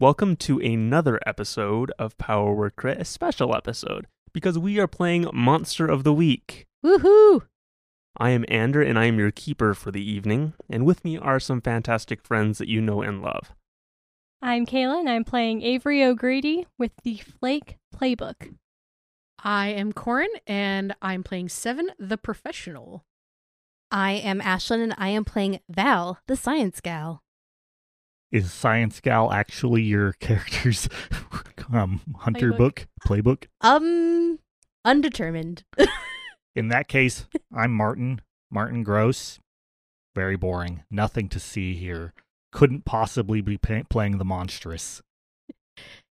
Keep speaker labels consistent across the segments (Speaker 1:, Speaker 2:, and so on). Speaker 1: Welcome to another episode of Power Word Crit, a special episode, because we are playing Monster of the Week.
Speaker 2: Woohoo!
Speaker 1: I am Ander, and I am your keeper for the evening, and with me are some fantastic friends that you know and love.
Speaker 2: I'm Kayla and I'm playing Avery O'Grady with the Flake Playbook.
Speaker 3: I am Corin, and I'm playing Seven, the professional.
Speaker 4: I am Ashlyn and I am playing Val, the science gal.
Speaker 5: is Science Gal actually your character's um, hunter
Speaker 3: Playbook.
Speaker 5: book playbook?
Speaker 4: Um, undetermined.
Speaker 5: In that case, I'm Martin. Martin Gross. Very boring. Nothing to see here. Couldn't possibly be pa- playing the monstrous.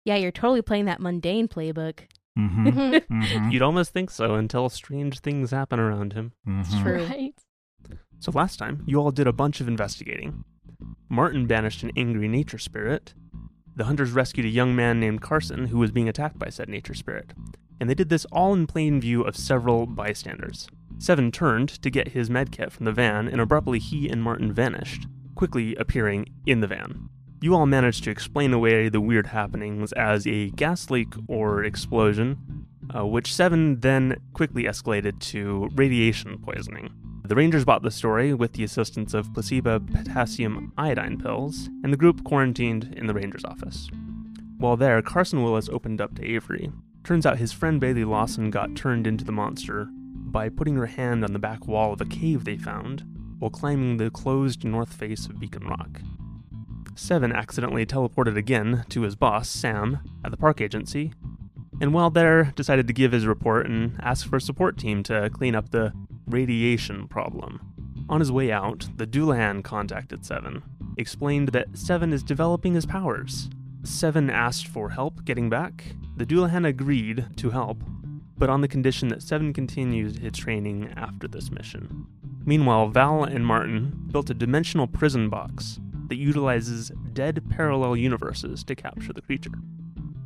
Speaker 4: yeah, you're totally playing that mundane playbook.
Speaker 5: hmm hmm
Speaker 1: You'd almost think so until strange things happen around him.
Speaker 5: hmm
Speaker 4: True.
Speaker 2: Right.
Speaker 1: So last time, you all did a bunch of investigating. Martin banished an angry nature spirit. The hunters rescued a young man named Carson who was being attacked by said nature spirit. And they did this all in plain view of several bystanders. Seven turned to get his medkit from the van, and abruptly he and Martin vanished, quickly appearing in the van. You all managed to explain away the weird happenings as a gas leak or explosion, uh, which Seven then quickly escalated to radiation poisoning. The Rangers bought the story with the assistance of placebo potassium iodine pills, and the group quarantined in the Rangers' office. While there, Carson Willis opened up to Avery. Turns out his friend Bailey Lawson got turned into the monster by putting her hand on the back wall of a cave they found while climbing the closed north face of Beacon Rock. Seven accidentally teleported again to his boss, Sam, at the park agency, and while there, decided to give his report and ask for a support team to clean up the radiation problem. On his way out, the Doulahan contacted Seven, explained that Seven is developing his powers. Seven asked for help getting back. The Doulahan agreed to help, but on the condition that Seven continues his training after this mission. Meanwhile, Val and Martin built a dimensional prison box that utilizes dead parallel universes to capture the creature.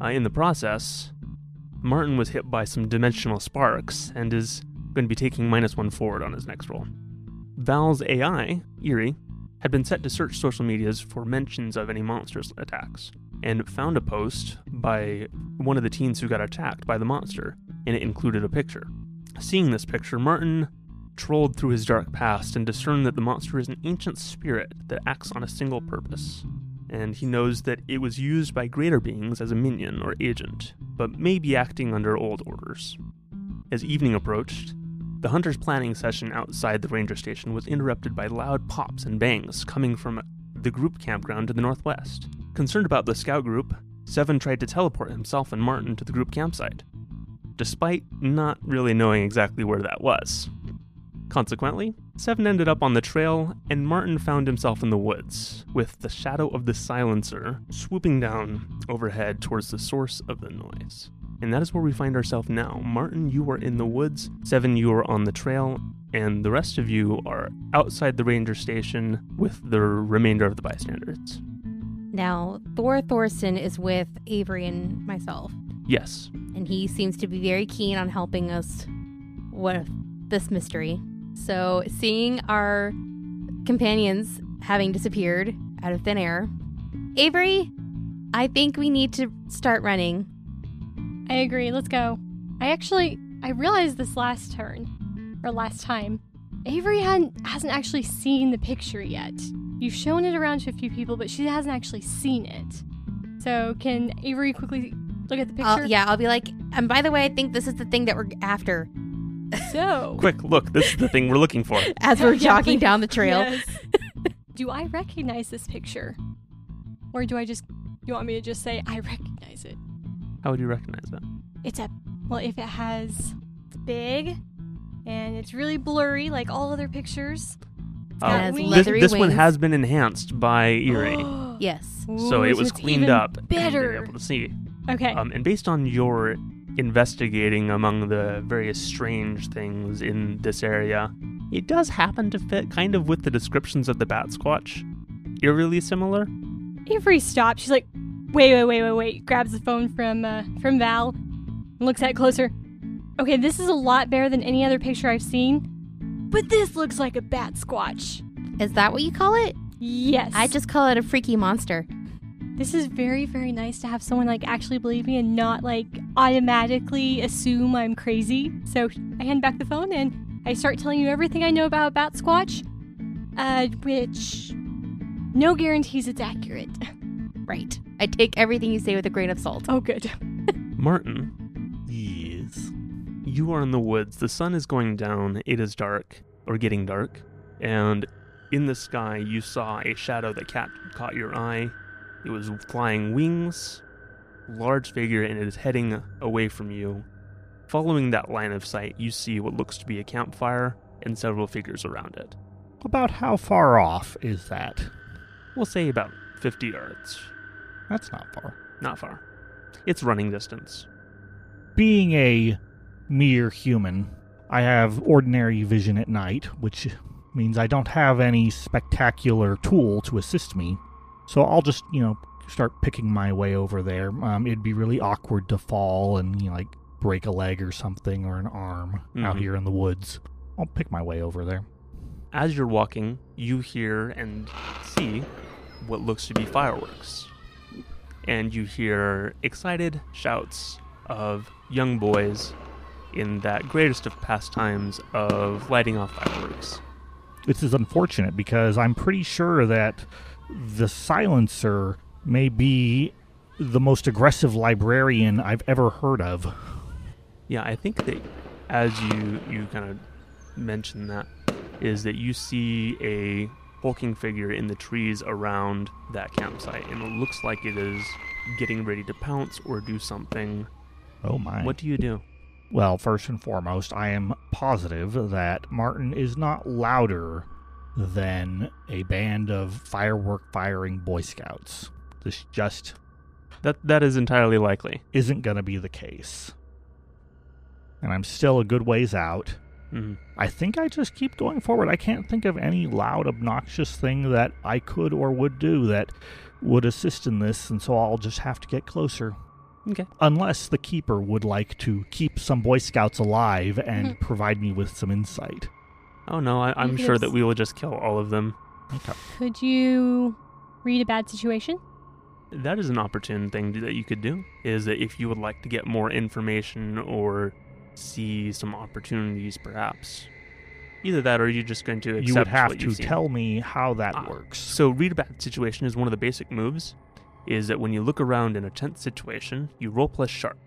Speaker 1: Uh, in the process, Martin was hit by some dimensional sparks and is going to be taking minus one forward on his next roll. Val's AI, Eerie, had been set to search social medias for mentions of any monster's attacks, and found a post by one of the teens who got attacked by the monster, and it included a picture. Seeing this picture, Martin trolled through his dark past and discerned that the monster is an ancient spirit that acts on a single purpose. And he knows that it was used by greater beings as a minion or agent, but may be acting under old orders. As evening approached, the hunter's planning session outside the ranger station was interrupted by loud pops and bangs coming from the group campground to the northwest. Concerned about the scout group, Seven tried to teleport himself and Martin to the group campsite, despite not really knowing exactly where that was. Consequently, Seven ended up on the trail, and Martin found himself in the woods, with the shadow of the silencer swooping down overhead towards the source of the noise. And that is where we find ourselves now. Martin, you are in the woods, Seven, you are on the trail, and the rest of you are outside the ranger station with the remainder of the bystanders.
Speaker 4: Now, Thor Thorson is with Avery and myself,
Speaker 1: Yes.
Speaker 4: and he seems to be very keen on helping us with this mystery. So, seeing our companions having disappeared out of thin air, Avery, I think we need to start running.
Speaker 2: I agree. Let's go. I actually I realized this last turn or last time. Avery hadn't, hasn't actually seen the picture yet. You've shown it around to a few people, but she hasn't actually seen it. So can Avery quickly look at the
Speaker 4: I'll-
Speaker 2: picture?
Speaker 4: yeah, I'll be like, and by the way, I think this is the thing that we're after
Speaker 2: So
Speaker 1: Quick, look, this is the thing we're looking for.
Speaker 4: as we're jogging down the trail.
Speaker 2: Yes. do I recognize this picture? Or do I just you want me to just say I recognize it?
Speaker 1: How would you recognize that?
Speaker 2: It's a well, if it has it's big and it's really blurry like all other pictures. got
Speaker 4: has
Speaker 2: wings.
Speaker 1: Uh, this
Speaker 4: leathery
Speaker 1: this one
Speaker 4: wings.
Speaker 1: has been enhanced by Eerie.
Speaker 4: Yes.
Speaker 1: so
Speaker 2: Ooh,
Speaker 1: it was
Speaker 2: it's
Speaker 1: cleaned
Speaker 2: even
Speaker 1: up and you're
Speaker 2: Better.
Speaker 1: able to see.
Speaker 2: Okay.
Speaker 1: Um, and based on your investigating among the various strange things in this area, it does happen to fit kind of with the descriptions of the Bat Squatch. Eerily similar.
Speaker 2: Avery stops. She's like, wait, wait, wait, wait, wait. Grabs the phone from uh, from Val, and looks at it closer. Okay, this is a lot better than any other picture I've seen, but this looks like a bat squatch.
Speaker 4: Is that what you call it?
Speaker 2: Yes.
Speaker 4: I just call it a freaky monster.
Speaker 2: This is very, very nice to have someone like actually believe me and not like automatically assume I'm crazy. So I hand back the phone and I start telling you everything I know about Bat Squatch, uh, which no guarantees it's accurate.
Speaker 4: Right. I take everything you say with a grain of salt.
Speaker 2: Oh, good.
Speaker 1: Martin,
Speaker 5: Yes.
Speaker 1: you are in the woods. The sun is going down. It is dark, or getting dark. And in the sky, you saw a shadow that cat- caught your eye. It was flying wings, large figure, and it is heading away from you. Following that line of sight, you see what looks to be a campfire and several figures around it.
Speaker 5: About how far off is that?
Speaker 1: We'll say about 50 yards.
Speaker 5: That's not far.
Speaker 1: Not far. It's running distance.
Speaker 5: Being a mere human, I have ordinary vision at night, which means I don't have any spectacular tool to assist me. So I'll just, you know, start picking my way over there. Um, it'd be really awkward to fall and, you know, like break a leg or something or an arm out
Speaker 1: Mhm.
Speaker 5: here in the woods. I'll pick my way over there.
Speaker 1: As you're walking, you hear and see what looks to be fireworks. And you hear excited shouts of young boys in that greatest of pastimes of lighting off fireworks.
Speaker 5: This is unfortunate because I'm pretty sure that the silencer may be the most aggressive librarian I've ever heard of.
Speaker 1: Yeah, I think that as you you kind of mention that is that you see a hulking figure in the trees around that campsite, and it looks like it is getting ready to pounce or do something.
Speaker 5: Oh my.
Speaker 1: What do you do?
Speaker 5: Well, first and foremost, I am positive that Martin is not louder than a band of firework firing Boy Scouts. This just
Speaker 1: That that is entirely likely.
Speaker 5: isn't going to be the case. And I'm still a good ways out.
Speaker 1: Mhm.
Speaker 5: I think I just keep going forward. I can't think of any loud, obnoxious thing that I could or would do that would assist in this, and so I'll just have to get closer.
Speaker 1: Okay.
Speaker 5: Unless the keeper would like to keep some Boy Scouts alive and provide me with some insight.
Speaker 1: Oh no, I, I'm
Speaker 2: could
Speaker 1: sure
Speaker 2: have
Speaker 1: that
Speaker 2: s-
Speaker 1: we will just kill all of them.
Speaker 2: Could you read a bad situation?
Speaker 1: That is an opportune thing to- that you could do. Is that if you would like to get more information or see some opportunities, perhaps. Either that, or you're just going to accept
Speaker 5: You would have
Speaker 1: what you've
Speaker 5: to
Speaker 1: seen.
Speaker 5: tell me how that
Speaker 1: Ah,
Speaker 5: works.
Speaker 1: So read about the situation is one of the basic moves. Is that when you look around in a tense situation, you roll plus sharp,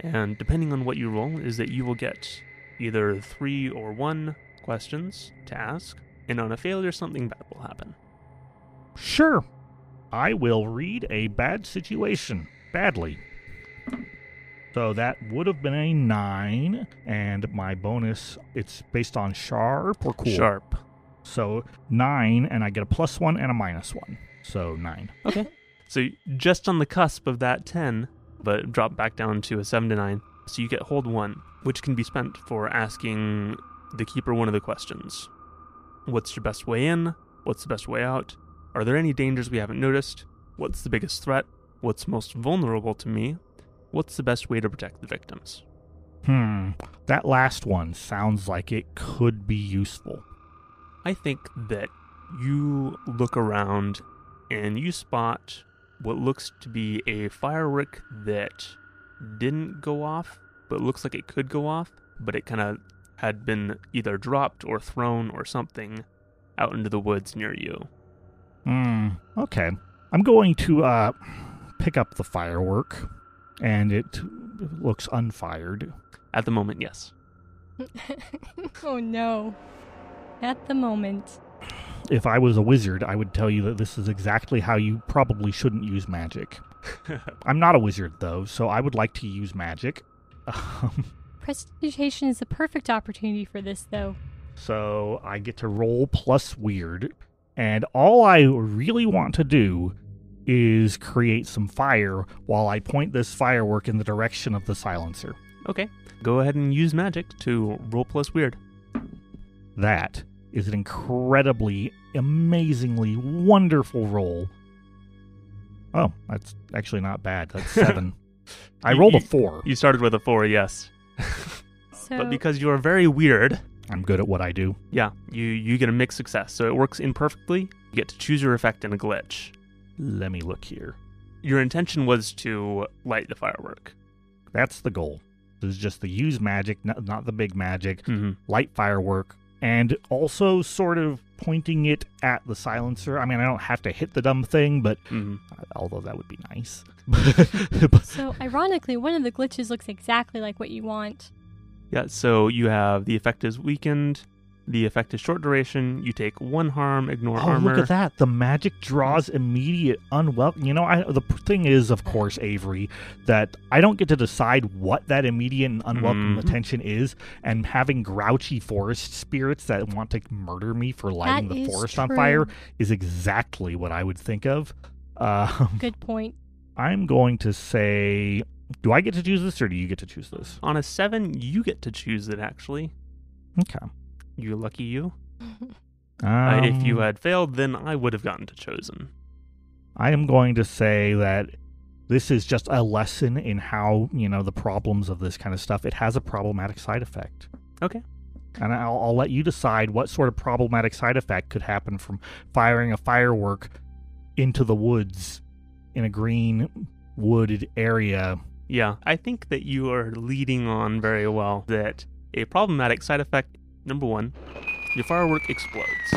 Speaker 1: and depending on what you roll, is that you will get either three or one questions to ask, and on a failure, something bad will happen.
Speaker 5: Sure. I will read a bad situation badly. So that would have been a nine, and my bonus, it's based on sharp or cool.
Speaker 1: Sharp.
Speaker 5: So nine, and I get a plus one and a minus one. So nine.
Speaker 1: Okay. so just on the cusp of that 10, but drop back down to a 7 to 9. So you get hold 1, which can be spent for asking the keeper one of the questions What's your best way in? What's the best way out? Are there any dangers we haven't noticed? What's the biggest threat? What's most vulnerable to me? What's the best way to protect the victims?
Speaker 5: Hmm. That last one sounds like it could be useful.
Speaker 1: I think that you look around and you spot what looks to be a firework that didn't go off, but looks like it could go off, but it kind of had been either dropped or thrown or something out into the woods near you.
Speaker 5: Hmm. Okay. I'm going to uh, pick up the firework, and it looks unfired.
Speaker 1: At the moment, yes.
Speaker 2: oh no. At the moment.
Speaker 5: If I was a wizard, I would tell you that this is exactly how you probably shouldn't use magic. I'm not a wizard, though, so I would like to use magic. Um,
Speaker 2: Prestidigitation is the perfect opportunity for this, though.
Speaker 5: So I get to roll plus weird. And all I really want to do is create some fire while I point this firework in the direction of the silencer.
Speaker 1: okay, go ahead and use magic to roll plus weird.
Speaker 5: That is an incredibly, amazingly wonderful roll. Oh, that's actually not bad. That's seven. I
Speaker 1: You-
Speaker 5: rolled a
Speaker 1: you-
Speaker 5: four.
Speaker 1: You started with a four, yes.
Speaker 2: So
Speaker 1: But because you are very weird,
Speaker 5: I'm good at what I do.
Speaker 1: Yeah, you you get a mixed success, so it works imperfectly. You get to choose your effect in a glitch.
Speaker 5: Let me look here.
Speaker 1: your intention was to light the firework.
Speaker 5: That's the goal. It's just the use magic, not, not the big magic,
Speaker 1: Mm-hmm.
Speaker 5: light firework, and also sort of pointing it at the silencer. I mean, I don't have to hit the dumb thing, but
Speaker 1: Mm-hmm.
Speaker 5: although that would be nice. But-
Speaker 2: So, ironically, one of the glitches looks exactly like what you want.
Speaker 1: Yeah, so you have the effect is weakened, the effect is short duration, you take one harm, ignore
Speaker 5: Oh,
Speaker 1: armor.
Speaker 5: look at that! The magic draws immediate unwelcome. You know, I, the p- thing is, of course, Avery, that I don't get to decide what that immediate and unwelcome
Speaker 1: Mm.
Speaker 5: attention is. And having grouchy forest spirits that want to murder me for lighting the
Speaker 2: is
Speaker 5: forest on
Speaker 2: true.
Speaker 5: fire is exactly what I would think of. Um,
Speaker 2: Good point.
Speaker 5: I'm going to say, do I get to choose this, or do you get to choose this?
Speaker 1: On a seven, you get to choose it actually.
Speaker 5: Okay.
Speaker 1: You lucky you. Uh,
Speaker 5: Um,
Speaker 1: if you had failed, then I would have gotten to chosen.
Speaker 5: I am going to say that this is just a lesson in how, you know, the problems of this kind of stuff. It has a problematic side effect.
Speaker 1: Okay.
Speaker 5: And I'll, I'll let you decide what sort of problematic side effect could happen from firing a firework into the woods in a green wooded area.
Speaker 1: Yeah, I think that you are leading on very well that a problematic side effect number 1, your firework explodes.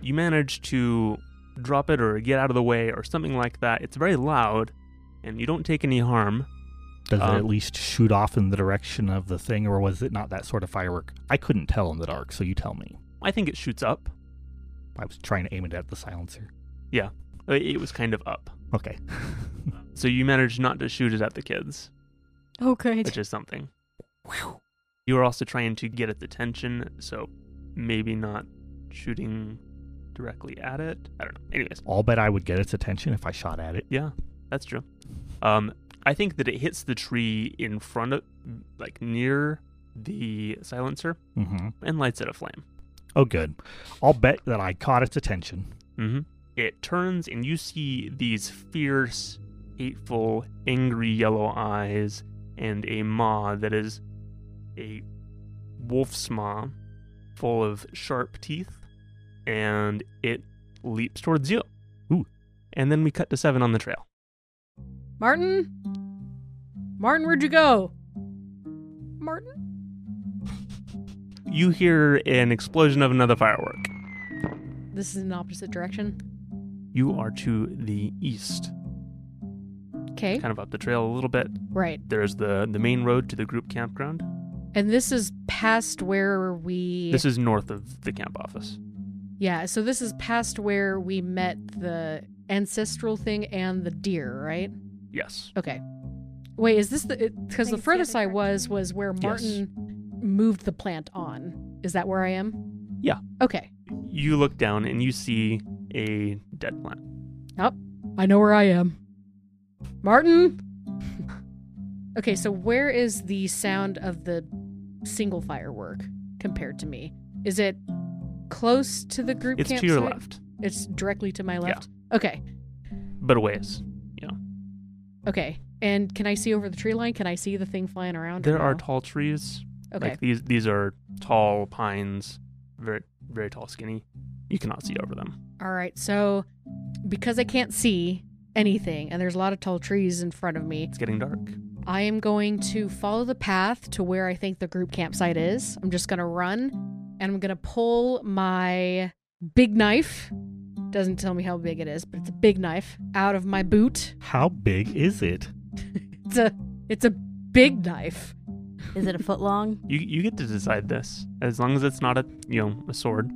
Speaker 1: You manage to drop it or get out of the way or something like that. It's very loud and you don't take any harm.
Speaker 5: Does
Speaker 1: Um,
Speaker 5: it at least shoot off in the direction of the thing, or was it not that sort of firework? I couldn't tell in the dark, so you tell me.
Speaker 1: I think it shoots up.
Speaker 5: I was trying to aim it at the silencer.
Speaker 1: Uh, It was kind of up.
Speaker 5: Okay.
Speaker 1: So you manage not to shoot it at the kids,
Speaker 2: Oh, good.
Speaker 1: which is something. You were also trying to get its attention, so maybe not shooting directly at it. I don't know. Anyways,
Speaker 5: I'll bet I would get its attention if I shot at it.
Speaker 1: yeah, that's true. Um, I think that it hits the tree in front of, like near the silencer,
Speaker 5: Mm-hmm.
Speaker 1: and lights it aflame.
Speaker 5: Oh, good. I'll bet that I caught its attention.
Speaker 1: Mm-hmm. It turns, and you see these fierce, hateful, angry yellow eyes, and a maw that is a wolf's maw full of sharp teeth, and it leaps towards you.
Speaker 5: Ooh.
Speaker 1: And then we cut to seven on the trail.
Speaker 3: Martin? Martin, where'd you go? Martin?
Speaker 1: You hear an explosion of another firework.
Speaker 3: This is in the opposite direction.
Speaker 1: You are to the east,
Speaker 3: Okay.
Speaker 1: kind of up the trail a little bit.
Speaker 3: Right.
Speaker 1: There's the, the main road to the group campground.
Speaker 3: And this is past where we.
Speaker 1: This is north of the camp office.
Speaker 3: yeah, so this is past where we met the ancestral thing and the deer, right?
Speaker 1: Yes.
Speaker 3: Okay. Wait, is this the.
Speaker 2: think
Speaker 3: Because
Speaker 2: it's the
Speaker 3: the
Speaker 2: other
Speaker 3: furthest I
Speaker 2: direction.
Speaker 3: was was where
Speaker 1: Yes.
Speaker 3: Martin moved the plant on. Is that where I am?
Speaker 1: Yeah.
Speaker 3: Okay.
Speaker 1: You look down and you see a dead plant.
Speaker 3: I know where I am. Martin? okay, so where is the sound of the single firework compared to me? Is it close to the group
Speaker 1: It's to
Speaker 3: campsite?
Speaker 1: your left,
Speaker 3: It's directly to my left? Okay.
Speaker 1: but a ways.
Speaker 3: Okay. And can I see over the tree line? Can I see the thing flying around? or
Speaker 1: There are
Speaker 3: no?
Speaker 1: tall trees.
Speaker 3: Okay.
Speaker 1: Like these these are tall pines, very very tall, skinny. You cannot see over them.
Speaker 3: All right. So because I can't see anything and there's a lot of tall trees in front of me,
Speaker 1: It's getting dark.
Speaker 3: I am going to follow the path to where I think the group campsite is. I'm just going to run and I'm going to pull my big knife. Doesn't tell me how big it is, but it's a big knife out of my boot.
Speaker 5: How big is it?
Speaker 3: It's a it's a big knife.
Speaker 4: Is it a foot long?
Speaker 1: You you get to decide this. As long as it's not a you know, a sword.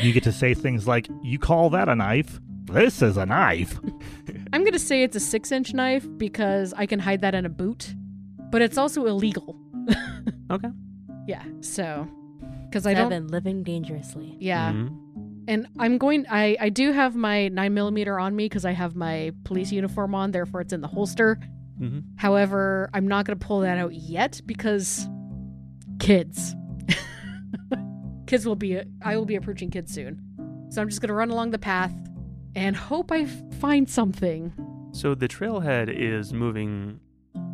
Speaker 5: You get to say things like, You call that a knife? This is a knife.
Speaker 3: I'm going to say it's a 6-inch knife because I can hide that in a boot, but it's also illegal.
Speaker 1: Okay.
Speaker 3: Yeah. So cuz I
Speaker 4: I've
Speaker 3: don't
Speaker 4: been living dangerously.
Speaker 3: Yeah.
Speaker 1: Mhm.
Speaker 3: And I'm going. I I do have my nine millimeter on me because I have my police uniform on. Therefore, it's in the holster.
Speaker 1: Mhm.
Speaker 3: However, I'm not going to pull that out yet because kids. kids will be. I will be approaching kids soon, so I'm just going to run along the path and hope I find something.
Speaker 1: So the trailhead is moving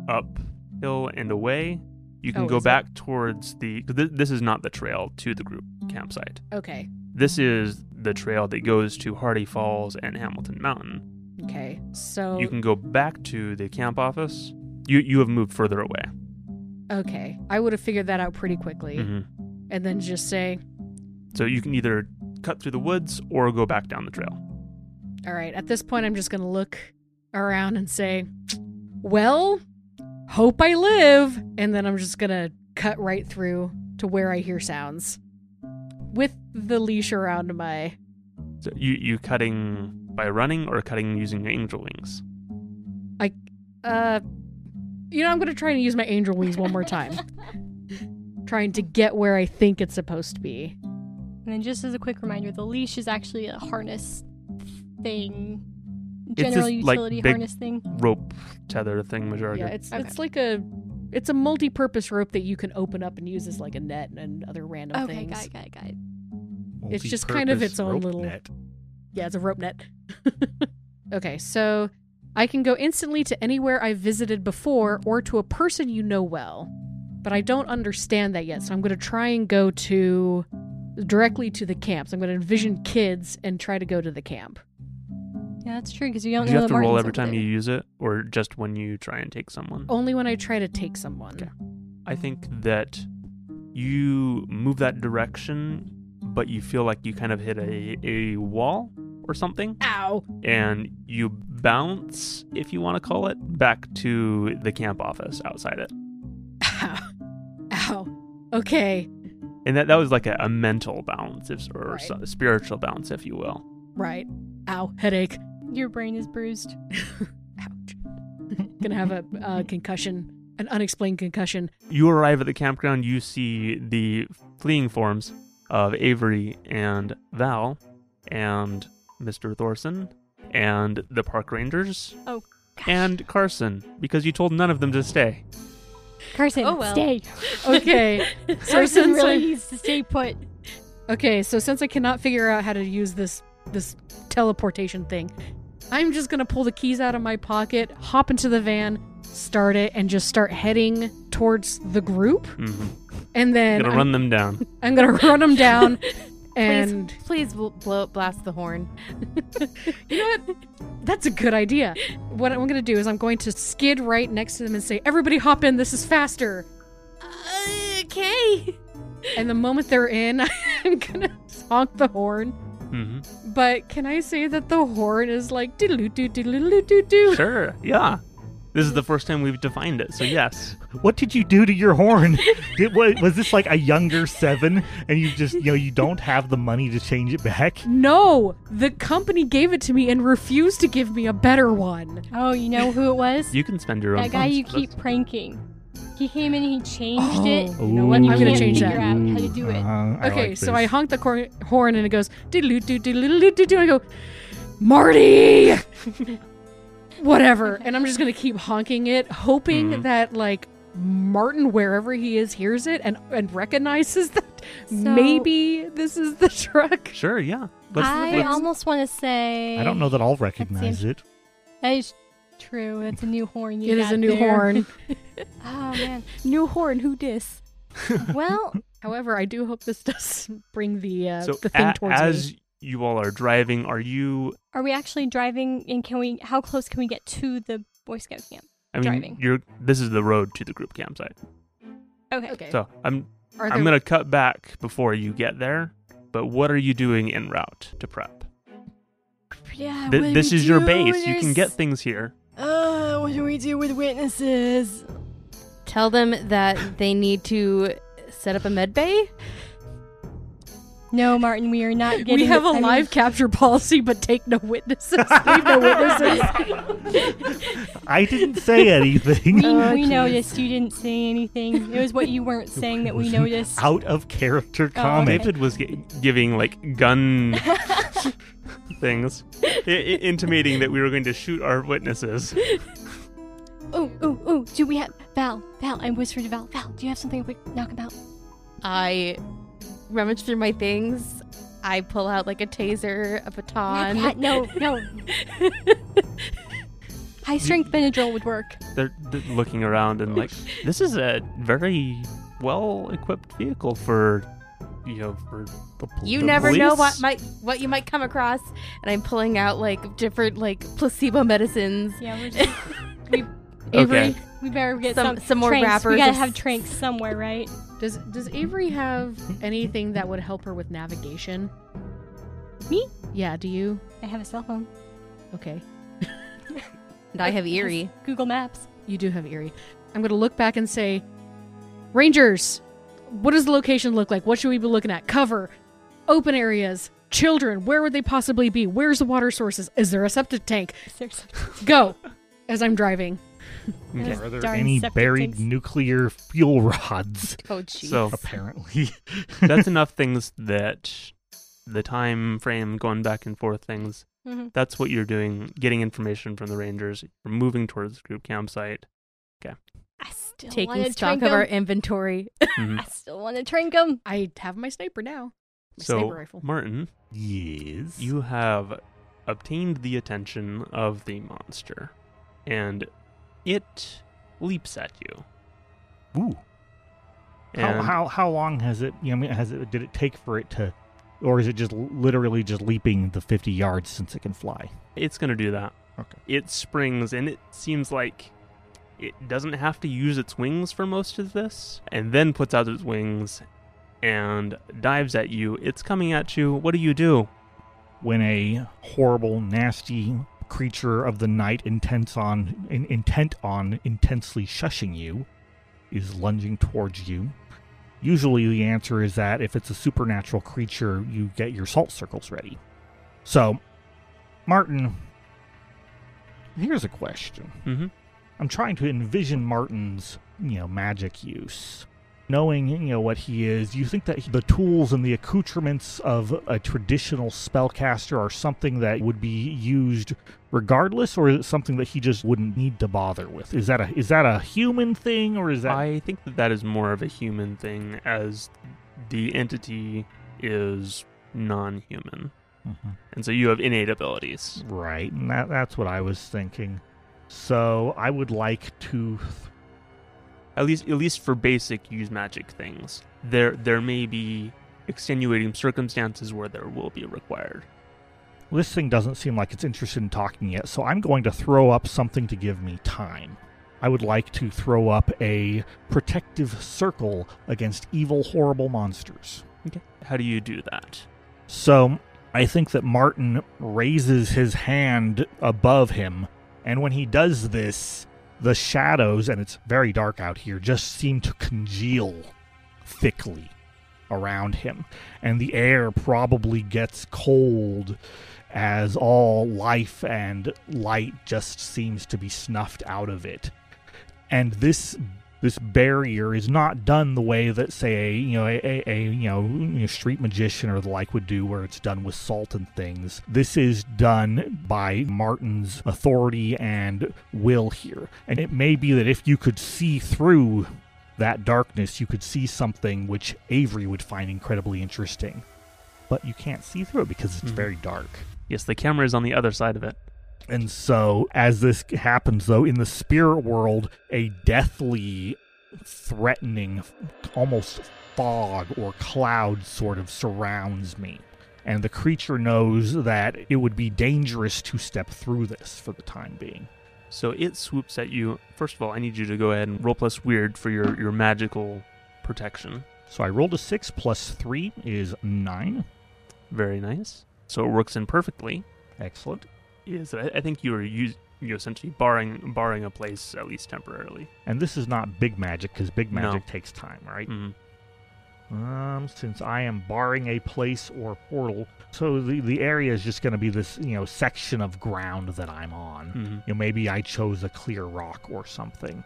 Speaker 1: uphill and away. You can
Speaker 3: Oh,
Speaker 1: go
Speaker 3: is it?
Speaker 1: back towards the. 'cause thi- This is not the trail to the group campsite.
Speaker 3: Okay.
Speaker 1: This is the trail that goes to Hardy Falls and Hamilton Mountain.
Speaker 3: Okay. So
Speaker 1: You can go back to the camp office. You you have moved further away.
Speaker 3: okay, I would have figured that out pretty quickly,
Speaker 1: Mhm.
Speaker 3: and then just say,
Speaker 1: So you can either cut through the woods or go back down the trail.
Speaker 3: "All right." At this point, I'm just gonna look around and say, "Well, hope I live," and then I'm just gonna cut right through to where I hear sounds, with the leash around my.
Speaker 1: So you you cutting by running or cutting using your angel wings.
Speaker 3: Uh, you know, I'm gonna try and use my angel wings one more time, trying to get where I think it's supposed to be.
Speaker 2: And then, just as a quick reminder, the leash is actually a harness thing,
Speaker 1: It's
Speaker 2: general
Speaker 1: this, like,
Speaker 2: utility
Speaker 1: big-
Speaker 2: harness thing.
Speaker 1: Rope tether thing majority.
Speaker 3: Yeah, it's
Speaker 2: Okay.
Speaker 3: it's like a it's a multi-purpose rope that you can open up and use as like a net and other random
Speaker 2: Okay,
Speaker 3: things.
Speaker 2: got it, got it, got it.
Speaker 3: It's just kind of its
Speaker 5: Multi-purpose
Speaker 3: own
Speaker 5: rope
Speaker 3: little-
Speaker 5: net.
Speaker 3: Yeah, it's a rope net. okay, so I can go instantly to anywhere I've visited before or to a person you know well. But I don't understand that yet, so I'm going to try and go to directly to the camps. I'm going to envision kids and try to go to the camp.
Speaker 2: Yeah, that's true because you don't
Speaker 1: Do
Speaker 2: know
Speaker 1: you have
Speaker 2: the Oh.
Speaker 1: to roll
Speaker 2: markings
Speaker 1: every
Speaker 2: over
Speaker 1: time
Speaker 2: there.
Speaker 1: you use it, or just when you try and take someone?
Speaker 3: Only when I try to take someone.
Speaker 1: Okay. I think that you move that direction, but you feel like you kind of hit a, a wall or something,
Speaker 3: Ow.
Speaker 1: and you bounce, if you want to call it, back to the camp office outside it.
Speaker 3: Ow. Ow. Okay.
Speaker 1: And that, that was like a, a mental bounce, if, or
Speaker 3: Right.
Speaker 1: so- spiritual bounce, if you will.
Speaker 3: Right. Ow. Headache.
Speaker 2: Your brain is bruised.
Speaker 3: Ouch. Gonna have a uh, concussion, an unexplained concussion.
Speaker 1: You arrive at the campground, you see the fleeing forms of Avery and Val and Mr. Thorson and the park rangers
Speaker 2: Oh, Gosh.
Speaker 1: and Carson because you told none of them to stay.
Speaker 2: Carson,
Speaker 4: Oh, well.
Speaker 2: stay.
Speaker 3: Okay. so
Speaker 2: Carson
Speaker 3: since
Speaker 2: really
Speaker 3: I,
Speaker 2: needs to stay put.
Speaker 3: okay, so since I cannot figure out how to use this this teleportation thing, I'm just gonna pull the keys out of my pocket, hop into the van, start it, and just start heading towards the group.
Speaker 1: Mm-hmm.
Speaker 3: And then
Speaker 1: Gonna
Speaker 3: I'm,
Speaker 1: run them down.
Speaker 3: I'm gonna run them down. and
Speaker 4: Please bl- blow blast the horn.
Speaker 3: you know what? That's a good idea. What I'm gonna do is I'm going to skid right next to them and say, "Everybody, hop in! This is faster!"
Speaker 4: Uh, okay.
Speaker 3: And the moment they're in, I'm gonna honk the horn.
Speaker 1: hmm
Speaker 3: Mm-hmm. But can I say that the horn is like doo doo doo doo doo?
Speaker 1: Sure, yeah. This is the first time we've defined it, so yes.
Speaker 5: What did you do to your horn? Did, was, was this like a younger seven, and you just you know you don't have the money to change it back?
Speaker 3: No, the company gave it to me and refused to give me a better one.
Speaker 2: Oh, you know who it was?
Speaker 1: You can spend your own.
Speaker 2: that guy
Speaker 1: funds.
Speaker 2: you keep pranking. He came in and he changed it.
Speaker 3: Oh, you know what? I'm
Speaker 2: You
Speaker 3: gonna
Speaker 2: can't
Speaker 3: change
Speaker 2: figure
Speaker 3: that.
Speaker 2: out how to do it.
Speaker 5: Uh-huh, I
Speaker 3: Okay,
Speaker 5: like
Speaker 3: so
Speaker 5: this.
Speaker 3: I honk the cor- horn and it goes doo doo doo doo doo. I go, Marty. Whatever, and I'm just gonna keep honking it, hoping
Speaker 1: Mhm.
Speaker 3: that like Martin, wherever he is, hears it and and recognizes that
Speaker 4: So-
Speaker 3: maybe this is the truck.
Speaker 1: Sure, yeah.
Speaker 2: I
Speaker 1: let's-
Speaker 2: almost want to say.
Speaker 5: I don't know that I'll recognize it.
Speaker 2: That is true. That's a new horn. You
Speaker 3: It is
Speaker 2: got
Speaker 3: a new
Speaker 2: there.
Speaker 3: horn.
Speaker 2: Oh man.
Speaker 4: New horn. Who dis?
Speaker 2: Well,
Speaker 3: However, I do hope this does bring the uh,
Speaker 1: so
Speaker 3: the thing
Speaker 1: a-
Speaker 3: towards
Speaker 1: as
Speaker 3: me.
Speaker 1: you all are driving, are you?
Speaker 2: are we actually driving? And can we? How close can we get to the Boy Scout camp?
Speaker 1: I mean,
Speaker 2: Driving.
Speaker 1: you're. This is the road to the group campsite.
Speaker 2: Okay.
Speaker 3: Okay.
Speaker 1: So I'm.
Speaker 3: Are
Speaker 1: I'm
Speaker 3: there-
Speaker 1: gonna cut back before you get there. But what are you doing en route to prep?
Speaker 2: Yeah.
Speaker 1: Th- this is your base. You can get things here.
Speaker 2: Uh, what do we do with witnesses?
Speaker 4: Tell them that they need to set up a med bay.
Speaker 2: No, Martin, we are not getting.
Speaker 3: we have a
Speaker 2: I mean,
Speaker 3: live capture policy, but take no witnesses. Leave no witnesses.
Speaker 5: I didn't say anything.
Speaker 2: we,
Speaker 3: Oh,
Speaker 2: we
Speaker 3: geez.
Speaker 2: noticed you didn't say anything. It was what you weren't saying that we noticed.
Speaker 5: Out of character
Speaker 2: Oh,
Speaker 5: comment.
Speaker 1: David was gi- giving like gun things, I- I- intimating that we were going to shoot our witnesses.
Speaker 2: Oh, oh, oh! Do we have Val? Val, I whispered to Val. Val, do you have something we can knock him out?
Speaker 4: I rummage through my things. I pull out like a taser, a
Speaker 2: Not
Speaker 4: baton.
Speaker 2: that, no, no. High strength Benadryl would work.
Speaker 1: They're, they're looking around and like, this is a very well equipped vehicle for you know, for
Speaker 5: The pol-
Speaker 4: You
Speaker 5: the
Speaker 4: never know what
Speaker 5: police?
Speaker 4: might what you might come across. And I'm pulling out like different like placebo medicines.
Speaker 2: Yeah, we're just,
Speaker 1: okay.
Speaker 2: we better get
Speaker 4: Some-
Speaker 2: some
Speaker 4: some more
Speaker 2: tranks.
Speaker 4: wrappers
Speaker 2: We gotta
Speaker 4: of-
Speaker 2: have tranks somewhere, right?
Speaker 3: Does Does Avery have anything that would help her with navigation?
Speaker 2: Me?
Speaker 3: Yeah. Do you?
Speaker 2: I have a cell phone.
Speaker 3: Okay.
Speaker 4: And I have eerie.
Speaker 2: Google Maps.
Speaker 3: You do have Erie. I'm gonna look back and say, Rangers, what does the location look like? What should we be looking at? Cover, open areas, children. Where would they possibly be? Where's the water sources? Is there a septic tank?
Speaker 2: Seriously.
Speaker 3: Go. As I'm driving.
Speaker 1: Okay.
Speaker 5: Are there
Speaker 2: Darn
Speaker 5: any
Speaker 2: septic
Speaker 5: buried
Speaker 2: tanks.
Speaker 5: nuclear fuel rods?
Speaker 4: Oh jeez.
Speaker 1: So
Speaker 5: Apparently.
Speaker 1: that's enough things that the time frame going back and forth things.
Speaker 3: Mm-hmm.
Speaker 2: hmm
Speaker 1: That's what you're doing, getting information from the rangers. You're moving towards the group campsite.
Speaker 2: I still
Speaker 4: Taking
Speaker 2: wanna
Speaker 4: stock
Speaker 2: trank
Speaker 4: of our
Speaker 2: 'em.
Speaker 4: inventory.
Speaker 1: Mhm.
Speaker 2: I still want to trank them.
Speaker 3: I have my sniper now. My sniper
Speaker 1: so,
Speaker 3: rifle.
Speaker 1: Martin,
Speaker 5: yes.
Speaker 1: You have obtained the attention of the monster, and it leaps at you.
Speaker 5: Ooh.
Speaker 1: And
Speaker 5: How, how how long has it? You know, I mean, has it? Did it take for it to, or is it just literally just leaping the fifty yards since it can fly?
Speaker 1: It's going to do that.
Speaker 5: Okay.
Speaker 1: It springs, and it seems like it doesn't have to use its wings for most of this, and then puts out its wings and dives at you. It's coming at you. What do you do?
Speaker 5: When a horrible, nasty creature of the night intents on in, intent on intensely shushing you, is lunging towards you. Usually, the answer is that if it's a supernatural creature, you get your salt circles ready. So, Martin, here's a question.
Speaker 1: Mm-hmm.
Speaker 5: I'm trying to envision Martin's, you know, magic use. Knowing, you know, what he is, you think that he- the tools and the accoutrements of a traditional spellcaster are something that would be used regardless, or is it something that he just wouldn't need to bother with? Is that a is that a human thing, or is that
Speaker 1: I think that that is more of a human thing, as the entity is non human.
Speaker 5: Mhm.
Speaker 1: And so you have innate abilities.
Speaker 5: right? And that, that's what I was thinking. So I would like to.
Speaker 1: At least at least for basic use magic things. There there may be extenuating circumstances where there will be required.
Speaker 5: This thing doesn't seem like it's interested in talking yet, so I'm going to throw up something to give me time. I would like to throw up a protective circle against evil, horrible monsters.
Speaker 1: Okay. How do you do that?
Speaker 5: So I think that Martin raises his hand above him, and when he does this, the shadows, and it's very dark out here, just seem to congeal thickly around him. And the air probably gets cold as all life and light just seems to be snuffed out of it. And this this barrier is not done the way that say a you know a, a, a you know a street magician or the like would do where it's done with salt and things this is done by martin's authority and will here and it may be that if you could see through that darkness you could see something which avery would find incredibly interesting but you can't see through it because it's
Speaker 1: Mhm.
Speaker 5: very dark
Speaker 1: Yes, the camera is on the other side of it.
Speaker 5: and so, as this happens, though, in the spirit world, a deathly, threatening, almost fog or cloud sort of surrounds me. And the creature knows that it would be dangerous to step through this for the time being.
Speaker 1: So it swoops at you. First of all, I need you to go ahead and roll plus weird for your, your magical protection.
Speaker 5: So I rolled a six plus three is nine.
Speaker 1: Very nice. So it works in perfectly.
Speaker 5: Excellent.
Speaker 1: Yes, I, I think you are us- you essentially barring barring a place at least temporarily.
Speaker 5: And this is not big magic because big
Speaker 1: No.
Speaker 5: magic takes time, right?
Speaker 1: Mhm.
Speaker 5: Um, since I am barring a place or portal, so the, the area is just going to be this, you know, section of ground that I'm on.
Speaker 1: Mhm.
Speaker 5: You know, maybe I chose a clear rock or something.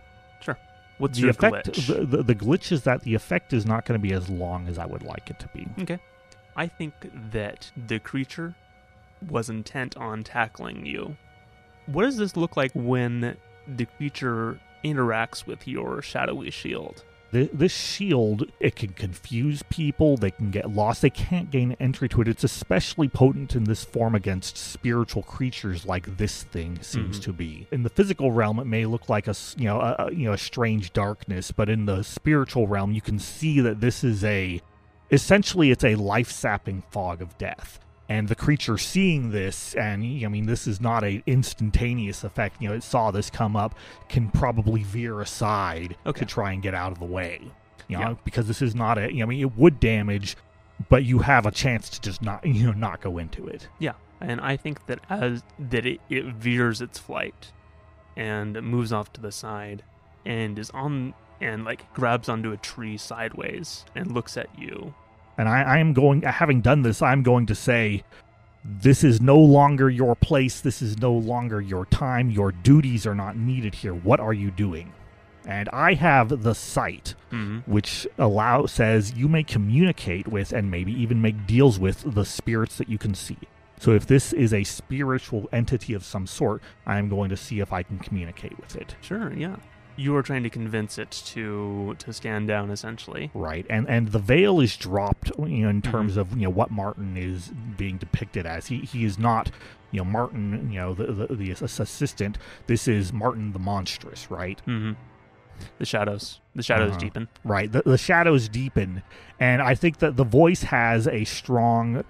Speaker 1: What's
Speaker 5: the
Speaker 1: your
Speaker 5: effect,
Speaker 1: glitch?
Speaker 5: The, the, the glitch is that the effect is not going to be as long as I would like it to be.
Speaker 1: Okay. I think that the creature was intent on tackling you. What does this look like when the creature interacts with your shadowy shield?
Speaker 5: Th this shield, it can confuse people. They can get lost. They can't gain entry to it. It's especially potent in this form against spiritual creatures like this thing seems
Speaker 1: Mhm.
Speaker 5: to be. In the physical realm, it may look like a s- you know a, a- you know a strange darkness, but in the spiritual realm, you can see that this is a Essentially, it's a life sapping fog of death. And the creature seeing this, and I mean, this is not a instantaneous effect. You know, it saw this come up, can probably veer aside
Speaker 1: Okay.
Speaker 5: to try and get out of the way. You know,
Speaker 1: Yeah.
Speaker 5: because this is not a. You know, I mean, it would damage, but you have a chance to just not, you know, not go into it.
Speaker 1: Yeah, and I think that as that it, it veers its flight and moves off to the side and is on and like grabs onto a tree sideways and looks at you.
Speaker 5: And I, I am going, having done this, I'm going to say, this is no longer your place. This is no longer your time. Your duties are not needed here. What are you doing? And I have the sight,
Speaker 1: hmm
Speaker 5: which allow says you may communicate with and maybe even make deals with the spirits that you can see. So if this is a spiritual entity of some sort, I am going to see if I can communicate with it.
Speaker 1: Sure, yeah. You are trying to convince it to to stand down essentially.
Speaker 5: Right, and and the veil is dropped you know, in terms of you know what Martin is being depicted as. He he is not you know Martin you know the the, the ass- assistant. This is Martin the monstrous, right?
Speaker 1: hmm The shadows. The shadows
Speaker 5: Uh-huh.
Speaker 1: deepen.
Speaker 5: Right. The the shadows deepen, and I think that the voice has a strong,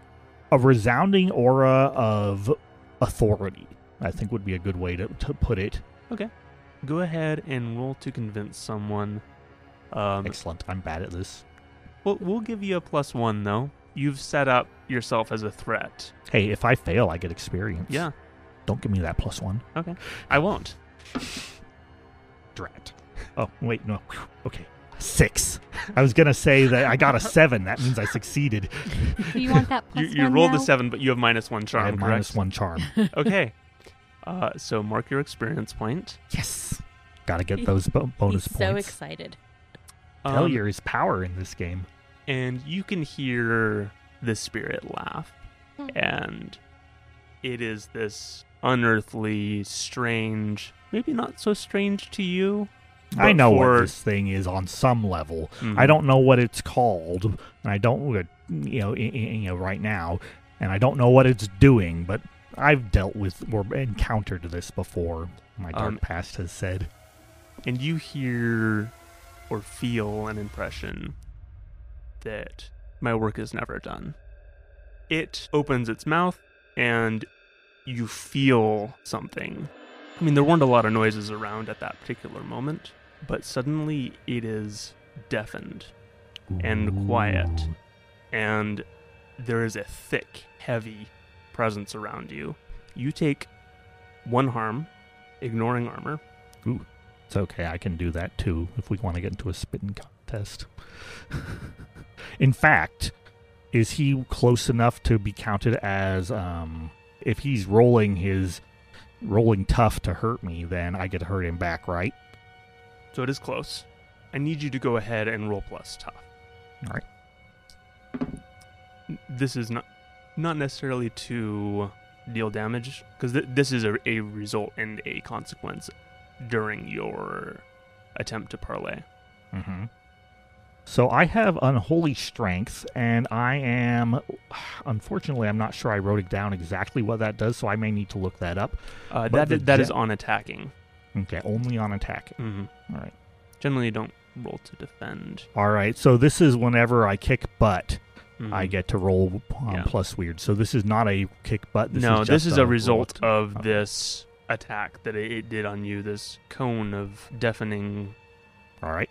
Speaker 5: a resounding aura of authority. I think would be a good way to to put it.
Speaker 1: Go ahead and roll to convince someone. Um,
Speaker 5: Excellent. I'm bad at this.
Speaker 1: we'll, we'll give you a plus one though. You've set up yourself as a threat.
Speaker 5: Hey, if I fail, I get experience.
Speaker 1: Yeah,
Speaker 5: Don't give me that plus one.
Speaker 1: I won't.
Speaker 5: Drat. Oh, wait, no. Whew. Okay. Six. I was going to say that I got a seven. That means I succeeded.
Speaker 4: Do you want that
Speaker 1: You,
Speaker 4: plus
Speaker 1: you
Speaker 4: one
Speaker 1: rolled
Speaker 4: now?
Speaker 1: a seven, but you have minus one charm.
Speaker 5: I have
Speaker 1: correct?
Speaker 5: minus one charm.
Speaker 1: okay. Uh, so mark your experience point.
Speaker 5: Yes. Got to get those bo- bonus
Speaker 6: He's so
Speaker 5: points.
Speaker 6: excited.
Speaker 1: Um,
Speaker 5: Failure is power in this game.
Speaker 1: And you can hear the spirit laugh. And it is this unearthly, strange, maybe not so strange to you.
Speaker 5: I
Speaker 1: but
Speaker 5: know
Speaker 1: for-
Speaker 5: what this thing is on some level.
Speaker 1: Mhm.
Speaker 5: I don't know what it's called, and I don't, uh, you know, i- i- you know, right now, and I don't know what it's doing. But I've dealt with or encountered this before. My dark
Speaker 1: Um,
Speaker 5: past has said.
Speaker 1: And you hear or feel an impression that my work is never done. It opens its mouth and you feel something. I mean, there weren't a lot of noises around at that particular moment, but suddenly it is deafened and quiet.
Speaker 5: Ooh.
Speaker 1: and there is a thick, heavy presence around you. You take one harm, ignoring armor.
Speaker 5: It's okay. I can do that too if we want to get into a spitting contest. In fact, is he close enough to be counted as um if he's rolling his rolling tough to hurt me, then I get to hurt him back, right?
Speaker 1: So it is close. I need you to go ahead and roll plus tough.
Speaker 5: All right.
Speaker 1: N- This is not not necessarily to deal damage because th- this is a, a result and a consequence during your attempt to parlay.
Speaker 5: Mm-hmm. So I have unholy strength, and I am. Unfortunately, I'm not sure I wrote it down exactly what that does, so I may need to look that up.
Speaker 1: Uh,
Speaker 5: But
Speaker 1: that
Speaker 5: the
Speaker 1: is, that is
Speaker 5: gen- Mm-hmm.
Speaker 1: on attacking.
Speaker 5: Okay, only on attacking.
Speaker 1: Mhm.
Speaker 5: All right.
Speaker 1: Generally, you don't roll to defend.
Speaker 5: All right. So this is whenever I kick butt. I
Speaker 1: Mhm.
Speaker 5: get to roll um,
Speaker 1: Yeah.
Speaker 5: plus weird. So this is not a kick butt. This
Speaker 1: no,
Speaker 5: is
Speaker 1: this
Speaker 5: just
Speaker 1: is a result
Speaker 5: roll
Speaker 1: of
Speaker 5: Okay.
Speaker 1: this attack that it, it did on you. This cone of deafening.
Speaker 5: All right.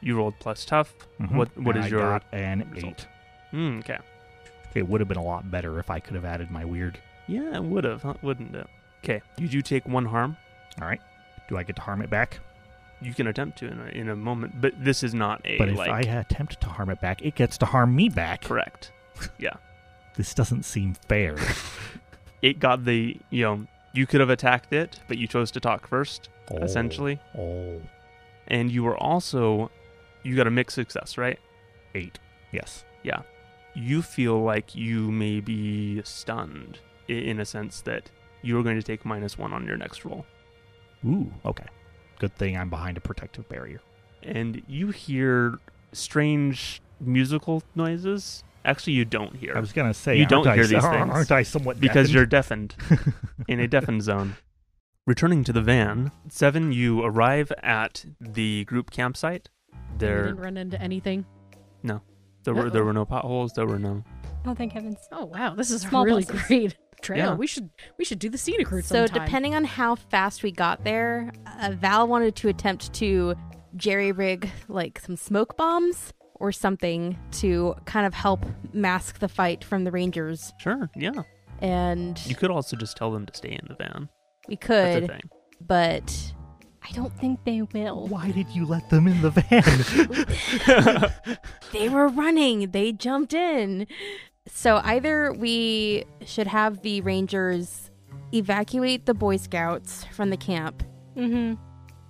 Speaker 1: You rolled plus tough.
Speaker 5: Mhm.
Speaker 1: What what
Speaker 5: And
Speaker 1: is
Speaker 5: I
Speaker 1: your?
Speaker 5: got an
Speaker 1: result?
Speaker 5: eight?
Speaker 1: Mm, okay.
Speaker 5: It would have been a lot better if I could have added my weird.
Speaker 1: Yeah, it would have, huh? wouldn't it? Okay. You do take one harm.
Speaker 5: All right. Do I get to harm it back?
Speaker 1: You can attempt to in a, in a moment, but this is not a
Speaker 5: But if
Speaker 1: like
Speaker 5: I attempt to harm it back, it gets to harm me back.
Speaker 1: correct.
Speaker 5: This doesn't seem fair.
Speaker 1: It got the you know you could have attacked it, but you chose to talk first,
Speaker 5: Oh,
Speaker 1: essentially,
Speaker 5: Oh,
Speaker 1: and you were also you got a mixed success, right?
Speaker 5: eight. Yes.
Speaker 1: you feel like you may be stunned i- in a sense that you are going to take minus one on your next roll.
Speaker 5: Ooh. Okay. Good thing I'm behind a protective barrier.
Speaker 1: And you hear strange musical noises. Actually, you don't hear
Speaker 5: I was gonna say
Speaker 1: You don't
Speaker 5: aren't
Speaker 1: hear
Speaker 5: I,
Speaker 1: these things.
Speaker 5: aren't I somewhat
Speaker 1: because you're
Speaker 5: deafened?
Speaker 1: deafened in a deafened zone. Returning to the van, Seven, you arrive at the group campsite.
Speaker 3: We
Speaker 1: There,
Speaker 3: didn't run into anything.
Speaker 1: There were there
Speaker 3: Uh-oh.
Speaker 1: were no potholes. There were no.
Speaker 2: Oh, thank heavens.
Speaker 3: Oh wow, this is a
Speaker 2: Small
Speaker 3: really
Speaker 2: buses.
Speaker 3: great trail.
Speaker 1: Yeah.
Speaker 3: We should we should do the scenic route
Speaker 4: So,
Speaker 3: sometime.
Speaker 4: depending on how fast we got there, uh, Val wanted to attempt to jerry rig like some smoke bombs or something to kind of help mask the fight from the Rangers.
Speaker 1: Sure. Yeah.
Speaker 4: And
Speaker 1: You could also just tell them to stay in the van.
Speaker 4: we
Speaker 1: That's a
Speaker 4: could,
Speaker 1: thing.
Speaker 4: but
Speaker 2: I don't think they will.
Speaker 5: Why did you let them in the van?
Speaker 4: they were running, they jumped in. So, either we should have the Rangers evacuate the Boy Scouts from the camp
Speaker 2: Mm-hmm.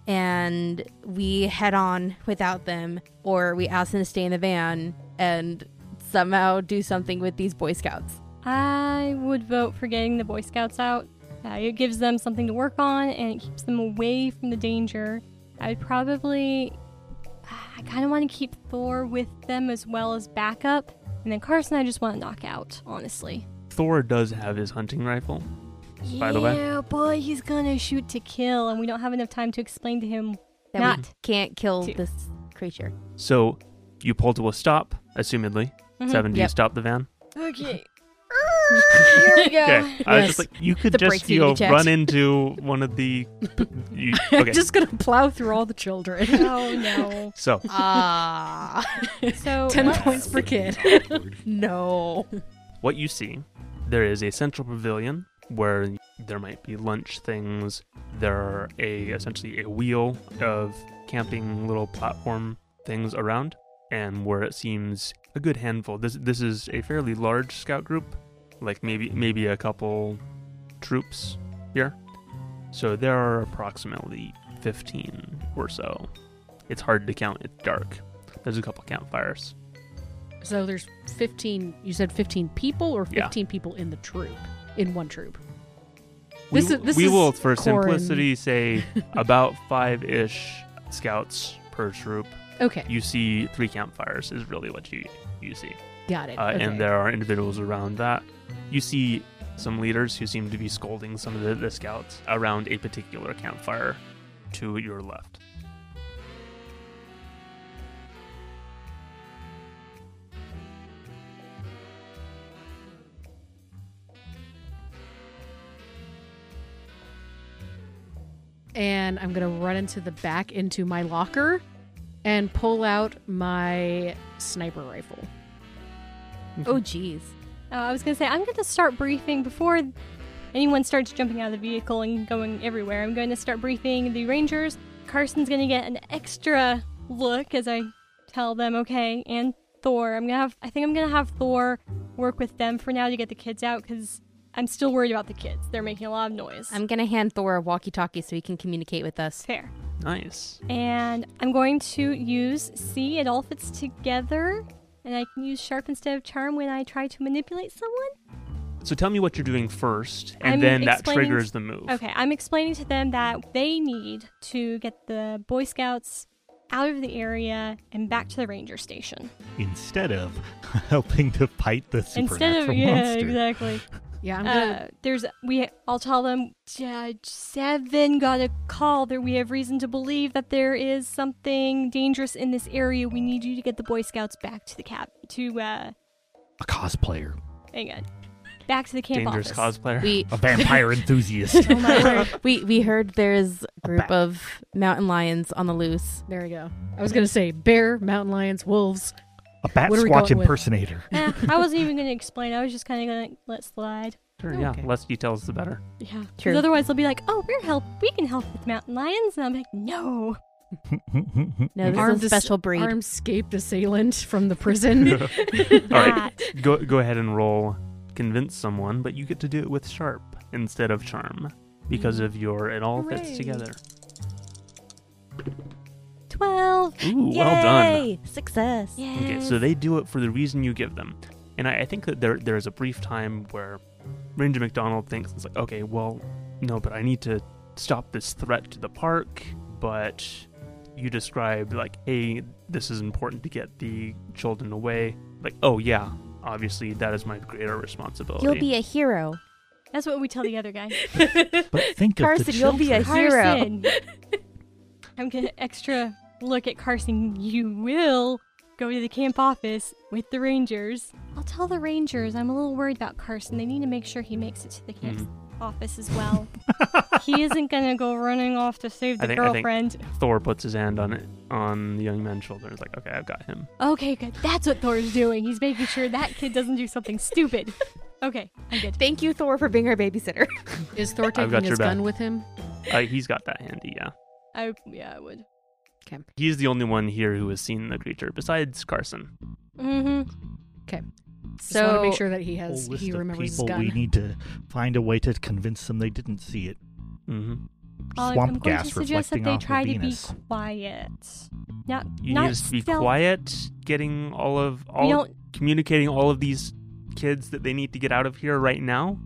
Speaker 4: and we head on without them, or we ask them to stay in the van and somehow do something with these Boy Scouts.
Speaker 2: I would vote for getting the Boy Scouts out. Uh, it gives them something to work on and it keeps them away from the danger. I'd probably. I kind of want to keep Thor with them as well as backup. And then Carson, I just want to knock out, honestly.
Speaker 1: Thor does have his hunting rifle. By the way-
Speaker 2: Yeah, boy, he's gonna shoot to kill, and we don't have enough time to explain to him.
Speaker 4: That we
Speaker 2: Not.
Speaker 4: can't kill
Speaker 2: Two.
Speaker 4: this creature.
Speaker 1: So you pull to a stop, assumedly.
Speaker 2: Mhm.
Speaker 1: Seven, do you
Speaker 4: Mm-hmm. Yep.
Speaker 1: stop the van?
Speaker 2: Okay. Here we go.
Speaker 1: Okay. I was
Speaker 3: Yes.
Speaker 1: just like, you could
Speaker 4: Uh, The
Speaker 1: just
Speaker 4: brakes
Speaker 1: you
Speaker 4: need to
Speaker 1: know,
Speaker 4: be checked.
Speaker 1: run into one of the. You, okay.
Speaker 3: I'm just gonna plow through all the children.
Speaker 2: Oh no.
Speaker 1: So
Speaker 4: Ah,
Speaker 2: So
Speaker 3: Ten
Speaker 2: let's-
Speaker 3: points per kid.
Speaker 4: no.
Speaker 1: what you see, there is a central pavilion where there might be lunch things. There are a essentially a wheel of camping little platform things around, and where it seems a good handful. This this is a fairly large scout group, like maybe maybe a couple troops here. So there are approximately fifteen or so. It's hard to count. It's dark. There's a couple campfires.
Speaker 3: So there's 15. You said 15 people, or
Speaker 1: Yeah.
Speaker 3: 15 people in the troop, in one troop.
Speaker 1: We,
Speaker 3: This is- this
Speaker 1: we
Speaker 3: is
Speaker 1: will, for
Speaker 3: Corin.
Speaker 1: simplicity, say about five ish scouts per troop.
Speaker 3: Okay,
Speaker 1: You see three campfires is really what you you see,
Speaker 3: got it.
Speaker 1: uh,
Speaker 3: Okay.
Speaker 1: and there are individuals around that. You see some leaders who seem to be scolding some of the, the scouts around a particular campfire to your left.
Speaker 3: and I'm gonna run into the back into my locker, and pull out my sniper rifle.
Speaker 4: Oh, jeez.
Speaker 2: Uh, I was gonna say I'm gonna start briefing before anyone starts jumping out of the vehicle and going everywhere. I'm going to start briefing the rangers. Carson's gonna get an extra look as I tell them, okay, and Thor. I'm gonna have. I think I'm gonna have Thor work with them for now to get the kids out because I'm still worried about the kids. They're making a lot of noise.
Speaker 4: I'm gonna hand Thor a walkie-talkie so he can communicate with us.
Speaker 2: fair.
Speaker 1: Nice.
Speaker 2: And I'm going to use C. It all fits together. And I can use sharp instead of charm when I try to manipulate someone.
Speaker 1: So tell me what you're doing first, and
Speaker 2: I'm
Speaker 1: then that
Speaker 2: explaining-
Speaker 1: triggers the move.
Speaker 2: Okay, I'm explaining to them that they need to get the Boy Scouts out of the area and back to the ranger station.
Speaker 5: Instead of helping to fight the supernatural
Speaker 2: Instead of yeah,
Speaker 5: monster.
Speaker 2: exactly.
Speaker 3: Yeah, I'm gonna.
Speaker 2: Uh, there's we. I'll tell them Judge Seven got a call that we have reason to believe that there is something dangerous in this area. We need you to get the Boy Scouts back to the cap to uh,
Speaker 5: A cosplayer.
Speaker 2: hang on, back to the camp
Speaker 1: Dangerous
Speaker 2: office.
Speaker 1: cosplayer.
Speaker 4: We
Speaker 5: A vampire enthusiast.
Speaker 3: oh my word.
Speaker 4: we we heard there's
Speaker 2: Uh,
Speaker 4: a group
Speaker 5: bat.
Speaker 4: of mountain lions on the loose.
Speaker 3: There we go. I was gonna say bear, mountain lions, wolves.
Speaker 5: A bat
Speaker 3: What are we
Speaker 5: squatch
Speaker 3: going with?
Speaker 5: impersonator.
Speaker 2: Eh, I wasn't even going to explain. I was just kind of going to let slide.
Speaker 1: sure, yeah.
Speaker 3: okay.
Speaker 1: Less details, the better.
Speaker 2: Yeah.
Speaker 4: True.
Speaker 2: Because otherwise they'll be like, oh, we're help. We can help with mountain lions. And I'm like, no.
Speaker 4: No, this
Speaker 3: Armed
Speaker 4: is a
Speaker 3: as-
Speaker 4: special breed.
Speaker 3: Armed escaped assailant from the prison.
Speaker 1: All right.
Speaker 2: That.
Speaker 1: go go ahead and roll convince someone, but you get to do it with sharp instead of charm because of your it all fits
Speaker 3: Hooray.
Speaker 1: together.
Speaker 2: 12.
Speaker 1: Ooh, well done.
Speaker 4: Yay! Success.
Speaker 1: Okay, so they do it for the reason you give them, and I, I think that there there is a brief time where Ranger McDonald thinks it's like, okay, well, no, but I need to stop this threat to the park, but. You described like, hey, this is important to get the children away. Like, oh yeah, obviously that is my greater responsibility.
Speaker 4: You'll be a hero.
Speaker 2: That's what we tell the other guy.
Speaker 5: But think of the
Speaker 4: Carson, you'll be a hero.
Speaker 5: children.
Speaker 2: Carson. I'm going to extra look at Carson. You will go to the camp office with the rangers. I'll tell the rangers I'm a little worried about Carson. They need to make sure he makes it to the
Speaker 1: Mm-hmm.
Speaker 2: camp office as well. he isn't gonna go running off to save the
Speaker 1: I think- I think-
Speaker 2: girlfriend.
Speaker 1: Thor puts his hand on it on the young man's shoulder and is like, "Okay, I've got him."
Speaker 2: Okay, good. That's what Thor's doing. He's making sure that kid doesn't do something stupid. Okay, I'm good.
Speaker 4: Thank you, Thor, for being our babysitter.
Speaker 3: Is Thor
Speaker 1: got
Speaker 3: taking
Speaker 1: your
Speaker 3: his gun
Speaker 1: back.
Speaker 3: with him?
Speaker 1: Uh, he's got that handy, yeah.
Speaker 2: I yeah, I would.
Speaker 1: He's the only one here who has seen the creature besides Carson.
Speaker 2: Mm-hmm.
Speaker 3: Just want to
Speaker 4: so
Speaker 3: make sure that he
Speaker 5: Whole
Speaker 3: has
Speaker 5: list
Speaker 3: he
Speaker 5: of
Speaker 3: remembers his
Speaker 5: people
Speaker 3: gun.
Speaker 5: we need to find a way to convince them they didn't see it.
Speaker 1: Mm-hmm.
Speaker 2: I'm
Speaker 5: Swamp
Speaker 2: going to
Speaker 5: gas
Speaker 2: suggest that
Speaker 5: reflecting
Speaker 2: they
Speaker 5: off of
Speaker 2: try to be
Speaker 5: Venus.
Speaker 2: quiet. Not
Speaker 1: You
Speaker 2: not
Speaker 1: need us to be
Speaker 2: stealth-
Speaker 1: quiet, getting all of
Speaker 2: We
Speaker 1: all
Speaker 2: don't,
Speaker 1: communicating all of these kids that they need to get out of here right now.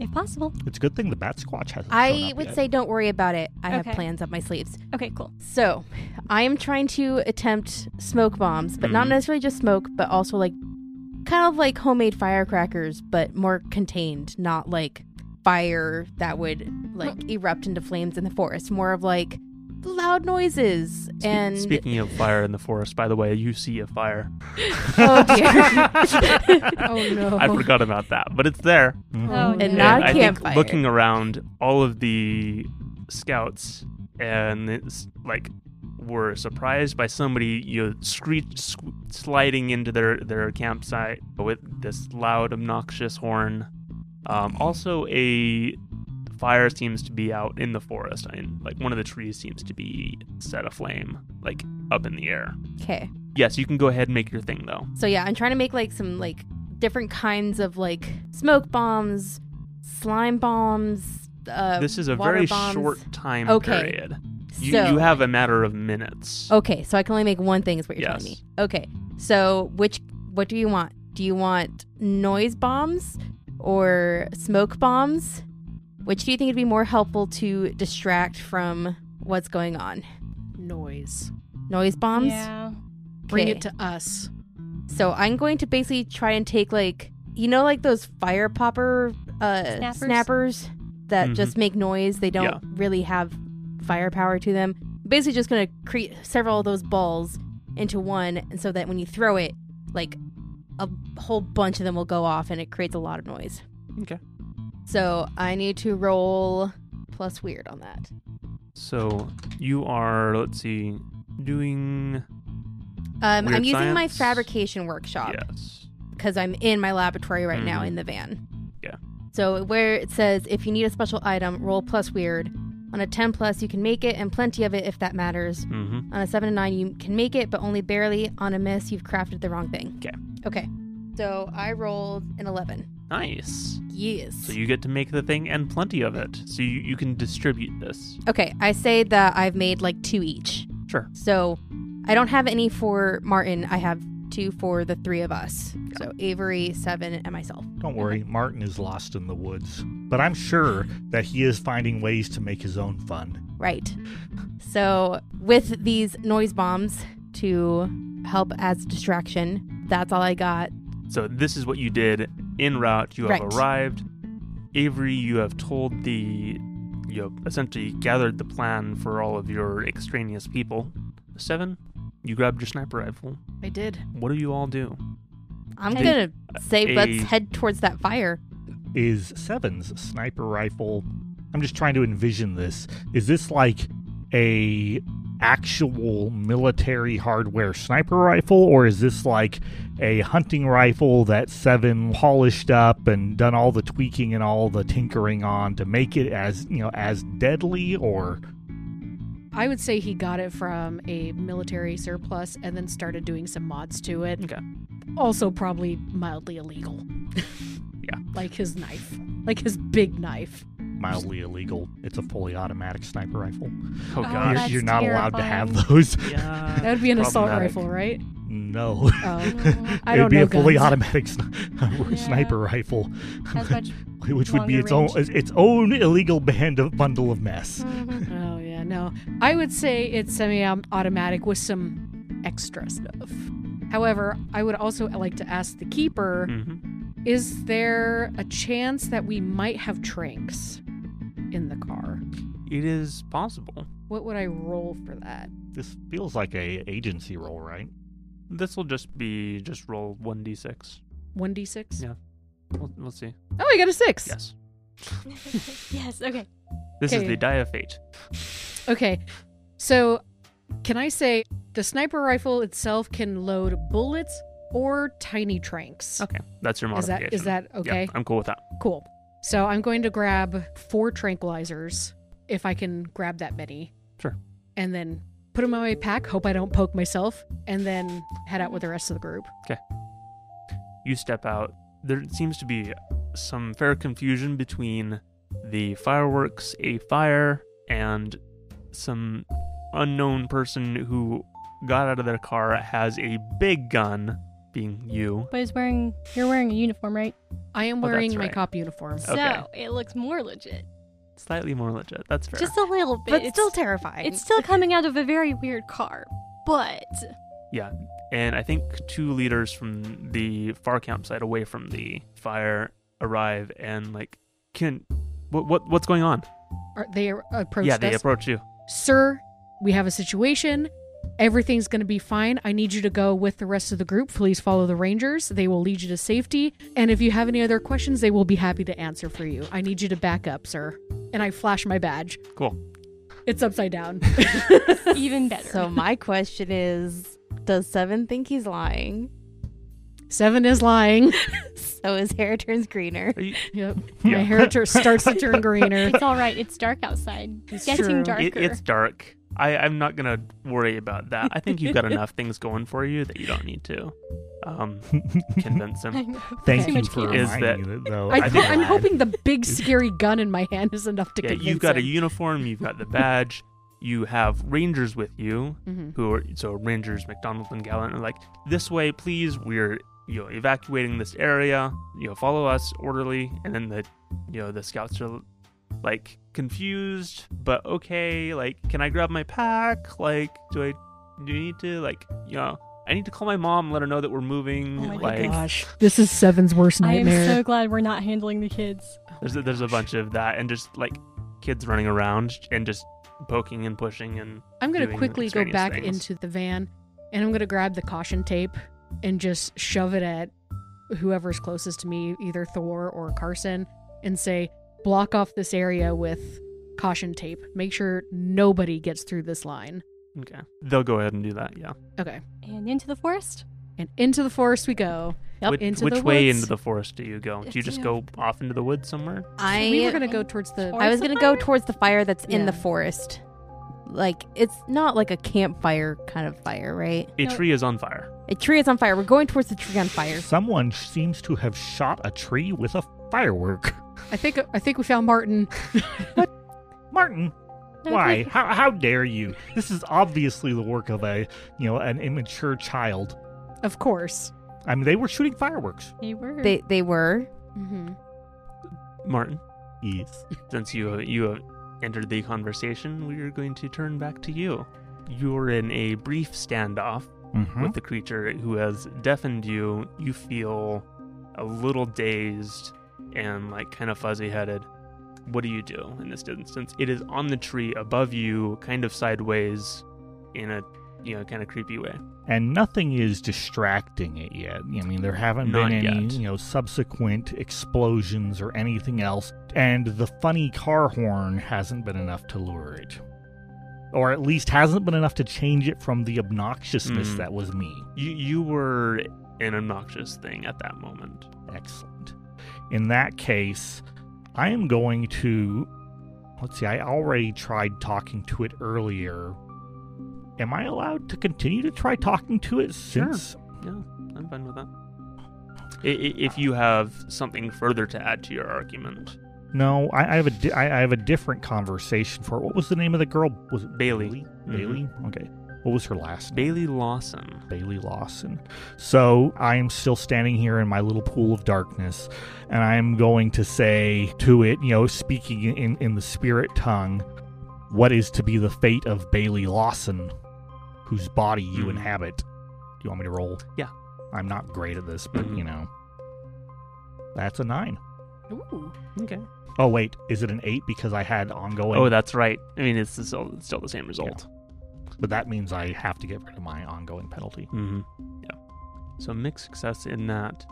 Speaker 2: if possible.
Speaker 5: It's a good thing the Bat Squatch hasn't. shown
Speaker 4: I
Speaker 5: up
Speaker 4: would
Speaker 5: yet.
Speaker 4: say don't worry about it. I
Speaker 2: Okay.
Speaker 4: have plans up my sleeves.
Speaker 2: Okay, cool.
Speaker 4: So, I am trying to attempt smoke bombs, but not
Speaker 1: Mhm.
Speaker 4: necessarily just smoke, but also like kind of like homemade firecrackers, but more contained, not like fire that would like erupt into flames in the forest. More of like loud noises
Speaker 1: Spe-
Speaker 4: and
Speaker 1: speaking of fire in the forest, by the way, you see a fire.
Speaker 4: oh dear.
Speaker 3: Oh no!
Speaker 1: I forgot about that, but it's there.
Speaker 5: Mm-hmm.
Speaker 2: Oh,
Speaker 3: Mhm.
Speaker 2: no.
Speaker 4: And not
Speaker 1: and
Speaker 4: a
Speaker 1: I
Speaker 4: campfire.
Speaker 1: think looking around, all of the scouts and it's like were surprised by somebody you know, screech squ- sliding into their their campsite with this loud obnoxious horn. Um, also, a fire seems to be out in the forest, and like one of the trees seems to be set aflame, like up in the air.
Speaker 4: okay.
Speaker 1: Yes, you can go ahead and make your thing though.
Speaker 4: So yeah, I'm trying to make like some like different kinds of like smoke bombs, slime bombs. Uh,
Speaker 1: this is a
Speaker 4: water
Speaker 1: very
Speaker 4: bombs.
Speaker 1: short time
Speaker 4: Okay.
Speaker 1: period. You,
Speaker 4: So
Speaker 1: you have a matter of minutes.
Speaker 4: okay, so I can only make one thing. Is what you're telling
Speaker 1: Yes.
Speaker 4: me? Okay, so which what do you want? Do you want noise bombs or smoke bombs? Which do you think would be more helpful to distract from what's going on?
Speaker 3: noise.
Speaker 4: Noise bombs.
Speaker 2: Yeah.
Speaker 3: Bring
Speaker 4: Okay.
Speaker 3: it to us.
Speaker 4: So I'm going to basically try and take like you know like those fire popper uh
Speaker 2: Snappers?
Speaker 4: snappers, that
Speaker 1: Mhm.
Speaker 4: just make noise. They don't
Speaker 1: Yeah.
Speaker 4: really have firepower to them. Basically just going to create several of those balls into one and so that when you throw it like a whole bunch of them will go off and it creates a lot of noise.
Speaker 1: Okay.
Speaker 4: So I need to roll plus weird on that.
Speaker 1: So you are, let's see, doing
Speaker 4: Um, I'm
Speaker 1: Weird
Speaker 4: using my
Speaker 1: science?
Speaker 4: fabrication workshop.
Speaker 1: yes.
Speaker 4: because I'm in my laboratory right now
Speaker 1: Mhm.
Speaker 4: in the van.
Speaker 1: Yeah.
Speaker 4: So where it says if you need a special item, roll plus weird. On a 10 plus, you can make it and plenty of it if that matters.
Speaker 1: Mm-hmm.
Speaker 4: On a 7 and 9, you can make it, but only barely. On a miss, you've crafted the wrong thing.
Speaker 1: 'Kay.
Speaker 4: Okay. So I rolled an 11.
Speaker 1: Nice.
Speaker 4: Yes.
Speaker 1: So you get to make the thing and plenty of it. So you, you can distribute this.
Speaker 4: okay. I say that I've made like two each.
Speaker 1: Sure.
Speaker 4: So I don't have any for Martin. I have two for the three of us. So Avery, seven, and myself.
Speaker 5: Don't worry, Martin is lost in the woods, but I'm sure that he is finding ways to make his own fun.
Speaker 4: Right. So, with these noise bombs to help as distraction, that's all I got.
Speaker 1: So this is what you did in route. You have
Speaker 4: Right.
Speaker 1: arrived. Avery, you have told the, you have essentially gathered the plan for all of your extraneous people. Seven, you grabbed your sniper rifle.
Speaker 3: I did.
Speaker 1: What do you all do?
Speaker 4: I'm
Speaker 1: Hey.
Speaker 4: going to say
Speaker 1: Hey.
Speaker 4: let's head towards that fire.
Speaker 5: Is Seven's sniper rifle? I'm just trying to envision this. Is this like a actual military hardware sniper rifle, or is this like a hunting rifle that Seven polished up and done all the tweaking and all the tinkering on to make it as you know as deadly? Or
Speaker 3: I would say he got it from a military surplus and then started doing some mods to it.
Speaker 1: Okay.
Speaker 3: Also, probably mildly illegal.
Speaker 1: Yeah.
Speaker 3: Like his knife, like his big knife.
Speaker 5: mildly illegal. It's a fully automatic sniper rifle.
Speaker 1: Oh
Speaker 5: You're-
Speaker 1: gosh.
Speaker 2: that's
Speaker 5: you're not allowed to have
Speaker 2: terrifying.
Speaker 5: those.
Speaker 1: yeah.
Speaker 3: That would be an assault
Speaker 1: Problematic.
Speaker 3: rifle, right?
Speaker 5: No.
Speaker 3: Oh,
Speaker 2: Mm,
Speaker 3: I
Speaker 5: It'd
Speaker 3: don't
Speaker 5: be
Speaker 3: know.
Speaker 5: a fully
Speaker 3: guns.
Speaker 5: automatic sni- sniper rifle,
Speaker 2: as much.
Speaker 5: which would be
Speaker 2: Longer
Speaker 5: its own
Speaker 2: range.
Speaker 5: its own illegal band of bundle of mess.
Speaker 2: Mhm.
Speaker 3: Oh yeah, no. I would say it's semi-automatic with some extra stuff. However, I would also like to ask the keeper:
Speaker 1: hmm
Speaker 3: Is there a chance that we might have tranks in the car?
Speaker 1: It is possible.
Speaker 3: What would I roll for that?
Speaker 5: This feels like a agency role, right?
Speaker 1: This will just be just roll one d six.
Speaker 3: 1d6.
Speaker 1: Yeah. We'll, we'll see.
Speaker 3: Oh, I got a 6.
Speaker 1: Yes.
Speaker 2: yes, okay.
Speaker 1: This is
Speaker 3: Okay.
Speaker 1: the die of fate.
Speaker 3: Okay. So, can I say the sniper rifle itself can load bullets or tiny tranks?
Speaker 1: Okay, that's your
Speaker 3: Is
Speaker 1: modification.
Speaker 3: that is that
Speaker 1: Yeah,
Speaker 3: okay?
Speaker 1: I'm cool with that.
Speaker 3: Cool. So, I'm going to grab four tranquilizers if I can grab that many.
Speaker 1: Sure.
Speaker 3: And then put them in my pack, hope I don't poke myself, and then head out with the rest of the group.
Speaker 1: You step out. There seems to be some fair confusion between the fireworks, a fire, and some unknown person who got out of their car has a big gun, being you.
Speaker 2: But it's wearing, you're wearing a uniform, right?
Speaker 3: I am
Speaker 1: Oh, that's
Speaker 3: wearing my
Speaker 1: right.
Speaker 3: cop uniform.
Speaker 1: Okay.
Speaker 2: So it looks more legit.
Speaker 1: Slightly more legit. That's fair.
Speaker 2: Just a little bit.
Speaker 4: but
Speaker 2: it's
Speaker 4: still terrifying.
Speaker 2: It's still coming out of a very weird car, but
Speaker 1: Yeah. And I think two leaders from the far campsite away from the fire arrive and like can what what what's going on?
Speaker 3: Are they approached
Speaker 1: Oh. yeah, they
Speaker 3: us?
Speaker 1: approach you.
Speaker 3: Sir, we have a situation. Everything's going to be fine. I need you to go with the rest of the group. Please follow the Rangers. They will lead you to safety. And if you have any other questions, they will be happy to answer for you. I need you to back up, sir. And I flash my badge.
Speaker 1: Cool.
Speaker 3: It's upside down.
Speaker 2: even better.
Speaker 4: so my question is, does Seven think he's lying?
Speaker 3: Seven is lying.
Speaker 4: So his hair turns greener.
Speaker 1: Are you,
Speaker 3: Yep.
Speaker 1: Yeah.
Speaker 3: My hair tur- starts to turn greener.
Speaker 2: it's all right. It's dark outside.
Speaker 3: It's
Speaker 2: getting
Speaker 3: true.
Speaker 2: darker.
Speaker 1: it, it's dark. I, I'm not gonna worry about that. I think you've got enough things going for you that you don't need to um, convince
Speaker 2: I
Speaker 1: them.
Speaker 2: know.
Speaker 5: Thank
Speaker 2: Too
Speaker 5: you
Speaker 2: much
Speaker 5: for
Speaker 2: chaos.
Speaker 1: Is that-
Speaker 5: reminding me that, though.
Speaker 3: I,
Speaker 1: I think-
Speaker 3: am hoping the big scary gun in my hand is enough to
Speaker 1: Yeah,
Speaker 3: convince
Speaker 1: you've got a
Speaker 3: him.
Speaker 1: uniform. You've got the badge. You have rangers with you,
Speaker 3: Mhm.
Speaker 1: who are so rangers McDonald and Gallant are like this way, please. We're you know evacuating this area. You know, follow us orderly. And then the you know the scouts are like confused, but okay. Like, can I grab my pack? Like, do I do you need to like you know? I need to call my mom, let her know that we're moving.
Speaker 2: Oh my
Speaker 1: like,
Speaker 3: Gosh, this is Seven's worst
Speaker 2: I am
Speaker 3: nightmare.
Speaker 2: so glad we're not handling the kids.
Speaker 1: there's a, there's a bunch of that, and just like kids running around and just poking and pushing and
Speaker 3: I'm going to
Speaker 1: doing
Speaker 3: quickly go
Speaker 1: extraneous
Speaker 3: back
Speaker 1: things.
Speaker 3: into the van and I'm going to grab the caution tape and just shove it at whoever's closest to me, either Thor or Carson, and say, block off this area with caution tape. Make sure nobody gets through this line.
Speaker 1: okay. They'll go ahead and do that. Yeah.
Speaker 3: Okay.
Speaker 2: And into the forest.
Speaker 3: And into the forest we go.
Speaker 4: Yep,
Speaker 1: which
Speaker 3: into
Speaker 1: which
Speaker 3: the
Speaker 1: way
Speaker 3: woods.
Speaker 1: into the forest do you go? Do you
Speaker 2: It's
Speaker 1: just
Speaker 2: in-
Speaker 1: go off into the woods somewhere?
Speaker 4: I
Speaker 3: we were going to go towards the.
Speaker 4: I was gonna go towards the fire that's in the
Speaker 3: Yeah.
Speaker 4: forest. Like it's not like a campfire kind of fire, right?
Speaker 1: A
Speaker 2: No.
Speaker 1: tree is on fire.
Speaker 4: A tree is on fire. We're going towards the tree on fire.
Speaker 5: Someone seems to have shot a tree with a firework.
Speaker 3: I think I think we found Martin.
Speaker 5: Martin, why? How, how dare you? This is obviously the work of a, you know, an immature child.
Speaker 3: Of course.
Speaker 5: I mean, they were shooting fireworks.
Speaker 2: They were.
Speaker 4: They they were.
Speaker 3: Mm-hmm.
Speaker 1: Martin,
Speaker 5: Yes.
Speaker 1: since you you have entered the conversation, we are going to turn back to you. You're in a brief standoff
Speaker 5: Mm-hmm.
Speaker 1: with the creature who has deafened you. You feel a little dazed and like kind of fuzzy headed. What do you do in this instance? It is on the tree above you, kind of sideways, in a you know kind of creepy way.
Speaker 5: And nothing is distracting it yet. I mean, there haven't
Speaker 1: Not
Speaker 5: been any,
Speaker 1: yet.
Speaker 5: you know, subsequent explosions or anything else. And the funny car horn hasn't been enough to lure it. Or at least hasn't been enough to change it from the obnoxiousness
Speaker 1: Mm.
Speaker 5: that was me.
Speaker 1: You you were an obnoxious thing at that moment.
Speaker 5: Excellent. In that case, I am going to. Let's see, I already tried talking to it earlier. Am I allowed to continue to try talking to it
Speaker 1: Sure.
Speaker 5: since?
Speaker 1: Yeah, I'm fine with that. I- i- If you have something further to add to your argument,
Speaker 5: No, I, I have a di- I, I have a different conversation for what was the name of the girl? Was it
Speaker 1: Bailey. Mhm.
Speaker 5: Bailey. Okay. What was her last name?
Speaker 1: Bailey Lawson.
Speaker 5: Bailey Lawson. So I am still standing here in my little pool of darkness, and I am going to say to it, you know, speaking in, in the spirit tongue, what is to be the fate of Bailey Lawson, whose body you
Speaker 1: Mhm.
Speaker 5: inhabit? Do you want me to roll?
Speaker 1: Yeah.
Speaker 5: I'm not great at this, but
Speaker 1: Mhm.
Speaker 5: you know, that's a nine.
Speaker 3: Ooh.
Speaker 1: Okay.
Speaker 5: Oh wait, is it an eight because I had ongoing?
Speaker 1: Oh, that's right. I mean, it's still, it's still the same result.
Speaker 5: but that means I have to get rid of my ongoing penalty.
Speaker 1: Mm-hmm. Yeah. So mixed success in that.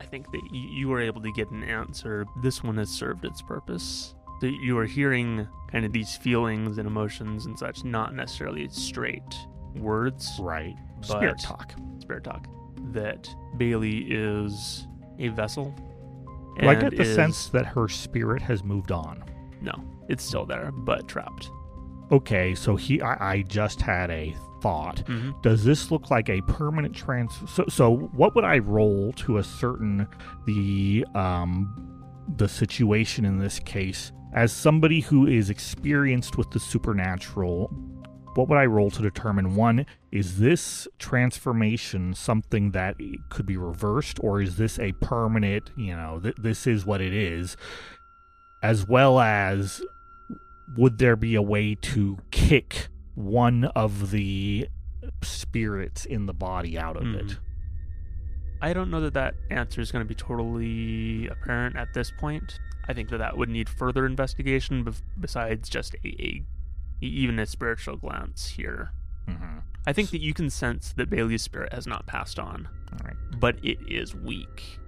Speaker 1: I think that y- you were able to get an answer. This one has served its purpose. That you are hearing kind of these feelings and emotions and such, not necessarily straight words,
Speaker 5: Right. Spirit
Speaker 1: But-
Speaker 5: talk.
Speaker 1: spirit talk. That Bailey is a vessel.
Speaker 5: Do I get
Speaker 1: and
Speaker 5: the
Speaker 1: is-
Speaker 5: sense that her spirit has moved on.
Speaker 1: No, it's still there, but trapped.
Speaker 5: Okay, so he I, I just had a thought.
Speaker 1: Mm-hmm.
Speaker 5: Does this look like a permanent trans so, so what would I roll to ascertain the um the situation in this case as somebody who is experienced with the supernatural? What would I roll to determine one is this transformation something that could be reversed or is this a permanent, you know, th- this is what it is as well as would there be a way to kick one of the spirits in the body out of
Speaker 1: Mhm.
Speaker 5: it?
Speaker 1: I don't know that that answer is going to be totally apparent at this point. I think that that would need further investigation bef- besides just a, a e- even a spiritual glance here.
Speaker 5: Mm-hmm.
Speaker 1: I think that you can sense that Bailey's spirit has not passed on,
Speaker 5: All right.
Speaker 1: but it is weak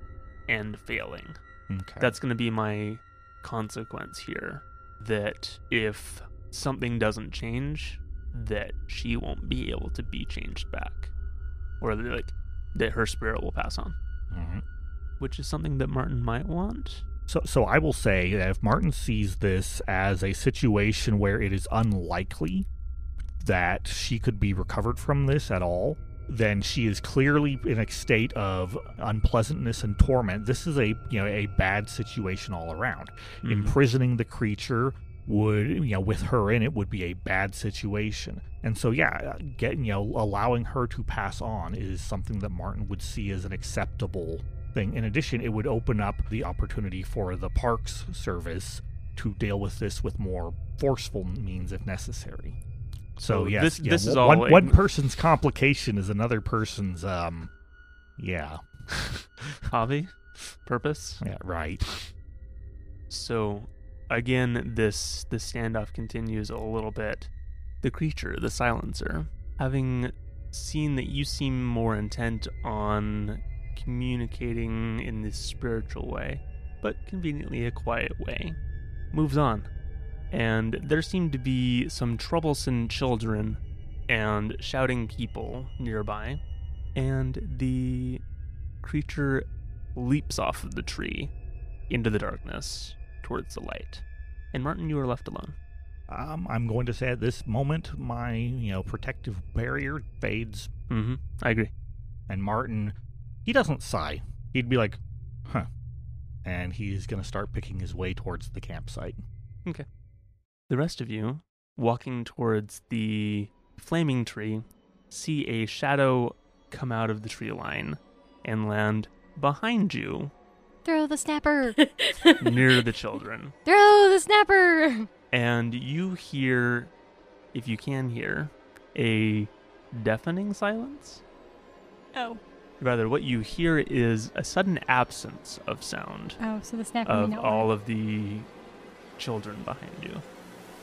Speaker 1: and failing.
Speaker 5: Okay.
Speaker 1: That's going to be my consequence here. That if something doesn't change, that she won't be able to be changed back, or that, like that her spirit will pass on
Speaker 5: Mhm.
Speaker 1: which is something that Martin might want.
Speaker 5: So, so I will say that if Martin sees this as a situation where it is unlikely that she could be recovered from this at all, then she is clearly in a state of unpleasantness and torment. This is a you know a bad situation all around.
Speaker 1: Mm-hmm. Hmm.
Speaker 5: imprisoning the creature would you know with her in it would be a bad situation and so yeah getting you know allowing her to pass on is something that martin would see as an acceptable thing in addition it would open up the opportunity for the parks service to deal with this with more forceful means if necessary so
Speaker 1: So
Speaker 5: yes,
Speaker 1: this-
Speaker 5: yeah,
Speaker 1: this is
Speaker 5: one,
Speaker 1: all a-
Speaker 5: one person's complication is another person's um yeah
Speaker 1: Hobby, purpose.
Speaker 5: yeah right
Speaker 1: So, again, this this standoff continues a little bit. The creature, the silencer, having seen that you seem more intent on communicating in this spiritual way, but conveniently a quiet way, moves on. And there seem to be some troublesome children and shouting people nearby, and the creature leaps off of the tree into the darkness towards the light. And Martin, you are left alone.
Speaker 5: Um, I'm going to say at this moment, my you know protective barrier fades,
Speaker 1: Mm-hmm. I agree.
Speaker 5: and Martin, he doesn't sigh. He'd be like, "Huh," and he's going to start picking his way towards the campsite.
Speaker 1: The rest of you, walking towards the flaming tree, see a shadow come out of the tree line and land behind you
Speaker 2: Throw the snapper.
Speaker 1: near the children.
Speaker 2: Throw the snapper.
Speaker 1: And you hear, if you can hear, a deafening silence.
Speaker 2: Oh.
Speaker 1: Rather, what you hear is a sudden absence of sound.
Speaker 2: Oh, so the snapper. may
Speaker 1: of
Speaker 2: not
Speaker 1: all
Speaker 2: work.
Speaker 1: of the children behind you.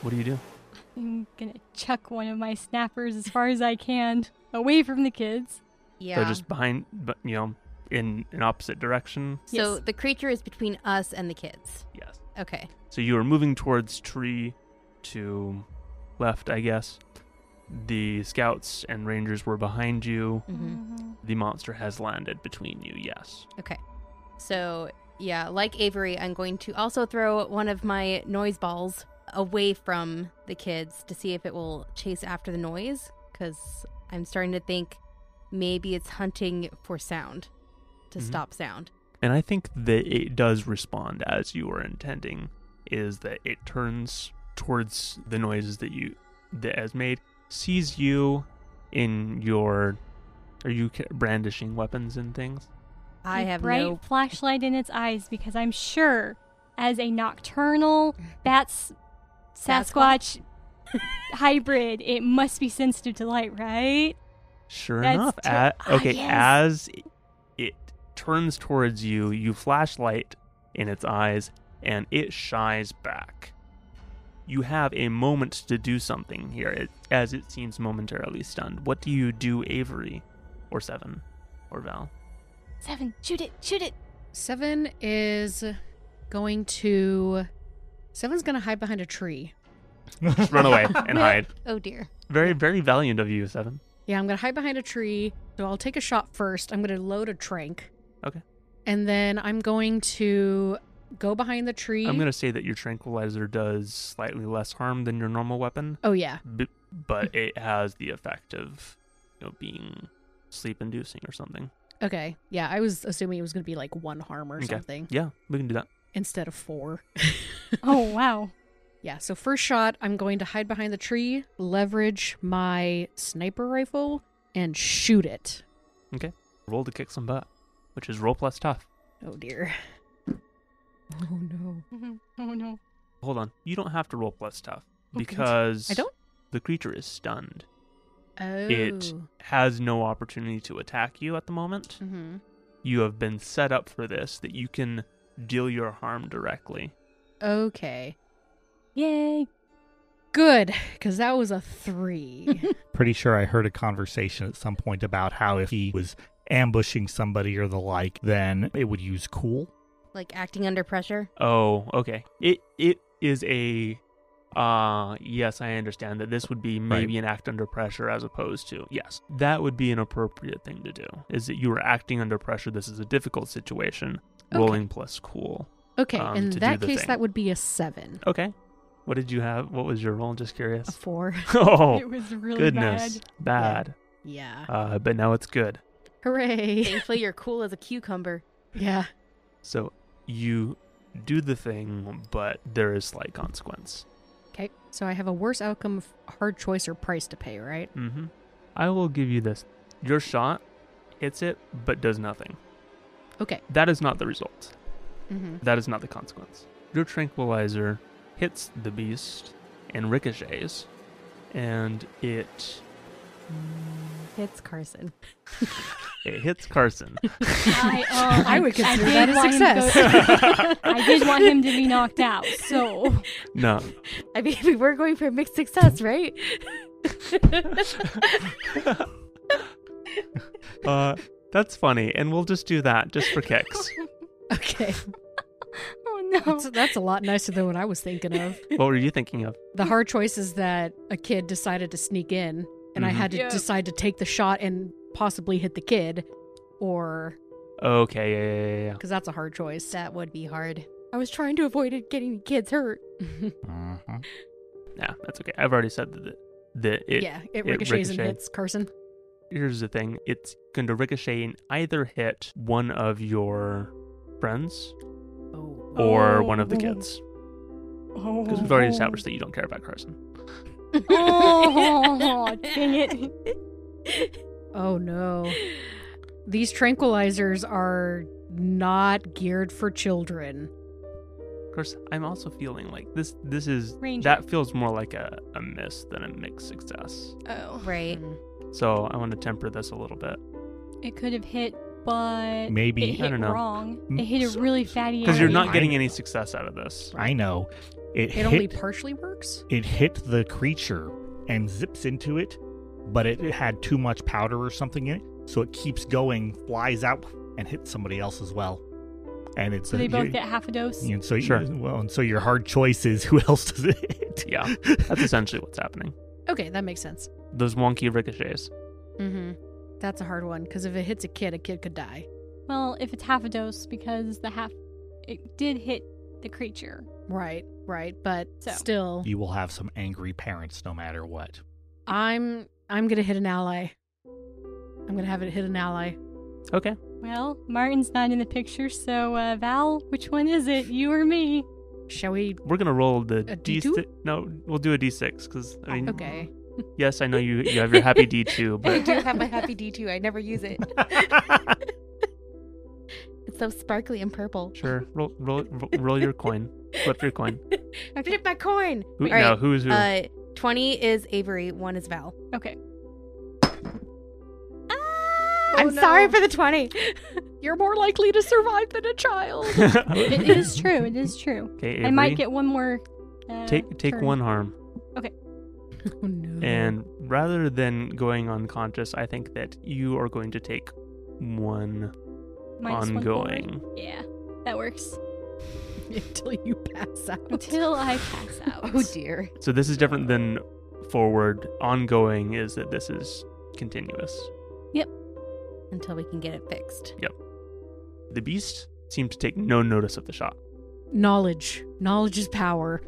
Speaker 1: What do you do?
Speaker 2: I'm gonna chuck one of my snappers as far as I can away from the kids.
Speaker 4: Yeah.
Speaker 1: They're just behind, but you know, in an opposite direction.
Speaker 4: so
Speaker 2: Yes.
Speaker 4: the creature is between us and the kids.
Speaker 1: Yes.
Speaker 4: Okay.
Speaker 1: So you are moving towards tree to left, I guess. The scouts and rangers were behind you.
Speaker 4: Mm-hmm.
Speaker 1: The monster has landed between you. Yes.
Speaker 4: So, yeah, like Avery, I'm going to also throw one of my noise balls away from the kids to see if it will chase after the noise because I'm starting to think maybe it's hunting for sound to
Speaker 1: Mhm.
Speaker 4: stop sound.
Speaker 1: And I think that it does respond as you were intending, is that it turns towards the noises that you that has made, sees you in your are you ca- brandishing weapons and things?
Speaker 4: I
Speaker 2: a
Speaker 4: have
Speaker 2: bright
Speaker 4: no
Speaker 2: flashlight in its eyes because I'm sure, as a nocturnal bats Sasquatch hybrid, it must be sensitive to light, right?
Speaker 1: Sure
Speaker 2: That's
Speaker 1: enough.
Speaker 2: ter-
Speaker 1: a-
Speaker 2: Ah,
Speaker 1: okay,
Speaker 2: yes.
Speaker 1: as it turns towards you, you flashlight in its eyes and it shies back. you have a moment to do something here, it, as it seems momentarily stunned. What do you do, Avery, or Seven, or Val?
Speaker 2: Seven, shoot it, shoot it.
Speaker 3: Seven is going to. Seven's going to hide behind a tree.
Speaker 1: Just run away and hide.
Speaker 4: Oh dear.
Speaker 1: Very, very valiant of you, Seven.
Speaker 3: Yeah, I'm going to hide behind a tree. So I'll take a shot first. I'm going to load a trank.
Speaker 1: Okay.
Speaker 3: And then I'm going to go behind the tree.
Speaker 1: I'm gonna say that your tranquilizer does slightly less harm than your normal weapon,
Speaker 3: Oh, yeah.
Speaker 1: b-
Speaker 3: Mm.
Speaker 1: but it has the effect of, you know, being sleep-inducing or something.
Speaker 3: Okay. Yeah, I was assuming it was going to be like one harm or
Speaker 1: Okay.
Speaker 3: something
Speaker 1: Yeah, we can do that.
Speaker 3: instead of four.
Speaker 2: Oh wow.
Speaker 3: Yeah, so first shot, I'm going to hide behind the tree, leverage my sniper rifle, and shoot it.
Speaker 1: Roll to kick some butt, which is roll plus tough.
Speaker 3: Oh dear. Oh no.
Speaker 2: oh no.
Speaker 1: Hold on, you don't have to roll plus tough
Speaker 3: Okay.
Speaker 1: because
Speaker 3: I don't?
Speaker 1: The creature is stunned.
Speaker 3: Oh.
Speaker 1: It has no opportunity to attack you at the moment.
Speaker 3: Mm-hmm.
Speaker 1: You have been set up for this that you can deal your harm directly.
Speaker 3: Okay.
Speaker 2: Yay.
Speaker 3: Good, because that was a three.
Speaker 5: Pretty sure I heard a conversation at some point about how if he was ambushing somebody or the like, then it would use cool.
Speaker 4: Like acting under pressure.
Speaker 1: Oh, okay. It it is a uh yes, I understand that this would be maybe an act under pressure as opposed to yes. That would be an appropriate thing to do. Is that you are acting under pressure. This is a difficult situation.
Speaker 3: Okay.
Speaker 1: Rolling plus cool.
Speaker 3: Okay,
Speaker 1: Um,
Speaker 3: in
Speaker 1: to do
Speaker 3: that
Speaker 1: the
Speaker 3: case,
Speaker 1: thing.
Speaker 3: that would be a seven.
Speaker 1: Okay. What did you have? What was your roll? Just curious.
Speaker 3: A four.
Speaker 1: Oh
Speaker 2: It was really
Speaker 1: goodness.
Speaker 2: bad.
Speaker 1: Bad.
Speaker 3: Yeah.
Speaker 1: Uh but now it's good.
Speaker 3: Hooray.
Speaker 4: Thankfully, you're cool as a cucumber.
Speaker 3: yeah.
Speaker 1: So you do the thing, but there is slight consequence.
Speaker 3: Okay. So I have a worse outcome, of hard choice, or price to pay, right?
Speaker 1: Mm-hmm. I will give you this. Your shot hits it, but does nothing.
Speaker 3: Okay.
Speaker 1: That is not the result.
Speaker 3: Mm-hmm.
Speaker 1: That is not the consequence. Your tranquilizer hits the beast and ricochets, and it
Speaker 4: It's Carson.
Speaker 1: it hits Carson.
Speaker 2: I, oh,
Speaker 3: I would consider
Speaker 2: did
Speaker 3: that a
Speaker 2: want him to go- I did want him to be knocked out, so
Speaker 1: no,
Speaker 4: I mean, we were going for mixed success, right?
Speaker 1: uh, that's funny, and we'll just do that just for kicks.
Speaker 3: Okay.
Speaker 2: oh no.
Speaker 4: Um,
Speaker 3: That's, that's a lot nicer than what I was thinking of.
Speaker 1: what were you thinking of?
Speaker 3: The hard choice is that a kid decided to sneak in, and I
Speaker 1: Mhm.
Speaker 3: had to
Speaker 2: Yeah.
Speaker 3: decide to take the shot and possibly hit the kid, or
Speaker 1: Okay, yeah, yeah, yeah, yeah.
Speaker 3: because that's a hard choice.
Speaker 4: That would be hard. I was trying to avoid it getting the kids hurt.
Speaker 5: Uh-huh.
Speaker 1: Nah, that's okay. I've already said that. That it
Speaker 3: yeah, it ricochets and
Speaker 1: ricocheted.
Speaker 3: hits Carson.
Speaker 1: here's the thing it's going to ricochet and either hit one of your friends
Speaker 3: Oh.
Speaker 1: or
Speaker 2: Oh.
Speaker 1: one of the kids because we've already established that you don't care about carson
Speaker 2: Oh, dang
Speaker 4: it.
Speaker 3: oh no. These tranquilizers are not geared for children.
Speaker 1: of course i'm also feeling like this this is
Speaker 2: Ranger.
Speaker 1: that feels more like a, a miss than a mixed success
Speaker 2: Oh.
Speaker 4: Right.
Speaker 1: so i want to temper this a little bit
Speaker 2: It could have hit, but
Speaker 5: Maybe-
Speaker 2: it hit
Speaker 1: I don't know.
Speaker 2: wrong.
Speaker 5: Mm,
Speaker 2: It hit a
Speaker 5: so-
Speaker 2: really fatty area.
Speaker 1: because you're not
Speaker 5: I-
Speaker 1: getting any success out of this
Speaker 5: I know. It,
Speaker 3: It
Speaker 5: hit,
Speaker 3: only partially works.
Speaker 5: it hit the creature and zips into it, but it, it had too much powder or something in it, so it keeps going, flies out, and hits somebody else as well. And it's
Speaker 2: So
Speaker 5: a,
Speaker 2: they both
Speaker 5: you-
Speaker 2: get half a dose.
Speaker 5: And so,
Speaker 1: Sure.
Speaker 5: you, well, and so your hard choice is who else does it hit?
Speaker 1: Yeah. that's essentially what's happening
Speaker 3: Okay, that makes sense.
Speaker 1: those wonky ricochets
Speaker 3: Mm-hmm. That's a hard one because if it hits a kid, a kid could die.
Speaker 2: Well, if it's half a dose, because the half, it did hit the creature.
Speaker 3: Right, right, but
Speaker 2: So.
Speaker 3: still,
Speaker 5: you will have some angry parents no matter what.
Speaker 3: I'm I'm gonna hit an ally. I'm gonna have it hit an ally.
Speaker 1: okay
Speaker 2: Well, Martin's not in the picture, so uh, Val, which one is it? You or me?
Speaker 3: Shall we?
Speaker 1: we're gonna roll the
Speaker 3: A
Speaker 1: d
Speaker 3: D2?
Speaker 1: no we'll do a d6 because i mean
Speaker 3: Okay.
Speaker 1: yes i know you you have your happy d2 but
Speaker 4: have my happy D2. I never use it. it's so sparkly and purple.
Speaker 1: Sure. Roll, roll, roll, roll your coin. Flip your coin.
Speaker 4: Flip my coin.
Speaker 1: Who,
Speaker 4: All
Speaker 1: no,
Speaker 4: right.
Speaker 1: who's who?
Speaker 4: Uh, 20 is Avery, 1 is Val.
Speaker 2: Okay. Ah!
Speaker 4: I'm sorry for the 20.
Speaker 3: You're more likely to survive than a child.
Speaker 2: It is true. It is true.
Speaker 1: okay,
Speaker 2: I might get one more Uh,
Speaker 1: Take take
Speaker 2: turn.
Speaker 1: one harm.
Speaker 3: Oh no.
Speaker 1: And rather than going unconscious, I think that you are going to take one
Speaker 2: Minus one forward.
Speaker 1: ongoing.
Speaker 2: yeah, that works.
Speaker 3: until you pass out.
Speaker 2: Until I pass out.
Speaker 4: Oh dear.
Speaker 1: so this is different than forward. Ongoing is that this is continuous.
Speaker 4: Until we can get it fixed.
Speaker 1: The beast seemed to take no notice of the shot.
Speaker 3: knowledge. Knowledge is power.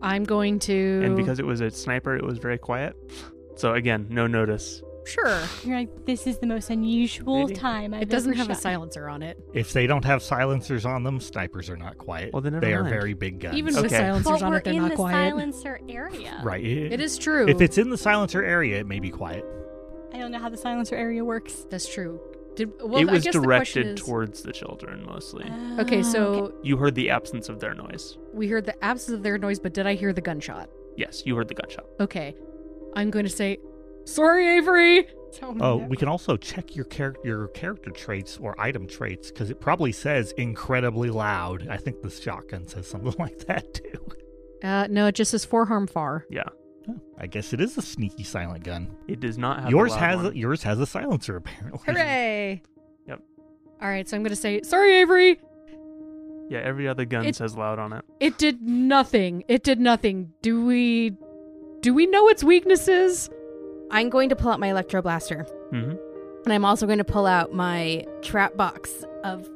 Speaker 3: I'm going to.
Speaker 1: And because it was a sniper, it was very quiet. So again, no notice.
Speaker 3: sure,
Speaker 2: You're like, this is the most unusual
Speaker 1: Maybe.
Speaker 2: time I've
Speaker 3: it doesn't
Speaker 2: ever
Speaker 3: have a
Speaker 2: shot."
Speaker 3: silencer on it.
Speaker 5: If they don't have silencers on them, snipers are not quiet.
Speaker 1: Well, then never
Speaker 5: they are
Speaker 1: mind.
Speaker 5: very big guns.
Speaker 3: Even
Speaker 1: Okay.
Speaker 3: with silencers
Speaker 2: But
Speaker 3: on
Speaker 2: we're
Speaker 3: it, they're
Speaker 2: in
Speaker 3: not
Speaker 2: the
Speaker 3: quiet.
Speaker 2: silencer area.
Speaker 5: right,
Speaker 3: It is true.
Speaker 5: If it's in the silencer area, it may be quiet.
Speaker 2: I don't know how the silencer area works.
Speaker 3: that's true. Did well?
Speaker 1: it
Speaker 3: I
Speaker 1: was
Speaker 3: guess the question
Speaker 1: directed
Speaker 3: is-
Speaker 1: towards the children mostly.
Speaker 2: Ah,
Speaker 3: Oh, Okay, so
Speaker 1: You heard the absence of their noise.
Speaker 3: we heard the absence of their noise, but did I hear the gunshot?
Speaker 1: Yes, you heard the gunshot.
Speaker 3: Okay, I'm going to say, sorry, Avery.
Speaker 2: So
Speaker 5: Oh, we can also check your character your character traits or item traits because it probably says incredibly loud. I think the shotgun says something like that too.
Speaker 3: Uh, no, it just says four harm far.
Speaker 1: Yeah,
Speaker 5: Oh, I guess it is a sneaky silent gun.
Speaker 1: it does not have. the
Speaker 5: yours
Speaker 1: loud
Speaker 5: has
Speaker 1: one.
Speaker 5: a, yours has a silencer apparently.
Speaker 3: Hooray!
Speaker 1: Yep.
Speaker 3: All right, so I'm going to say, sorry, Avery.
Speaker 1: Yeah, every other gun
Speaker 3: It-
Speaker 1: says loud on it.
Speaker 3: It did nothing. It did nothing. Do we do we know its weaknesses?
Speaker 4: I'm going to pull out my electro blaster,
Speaker 1: hmm
Speaker 4: and I'm also going to pull out my trap box of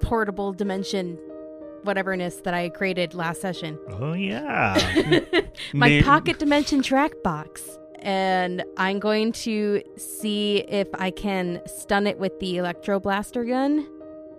Speaker 4: portable dimension whateverness that I created last session.
Speaker 5: Oh yeah.
Speaker 4: my pocket dimension track box and i'm going to see if i can stun it with the electro blaster gun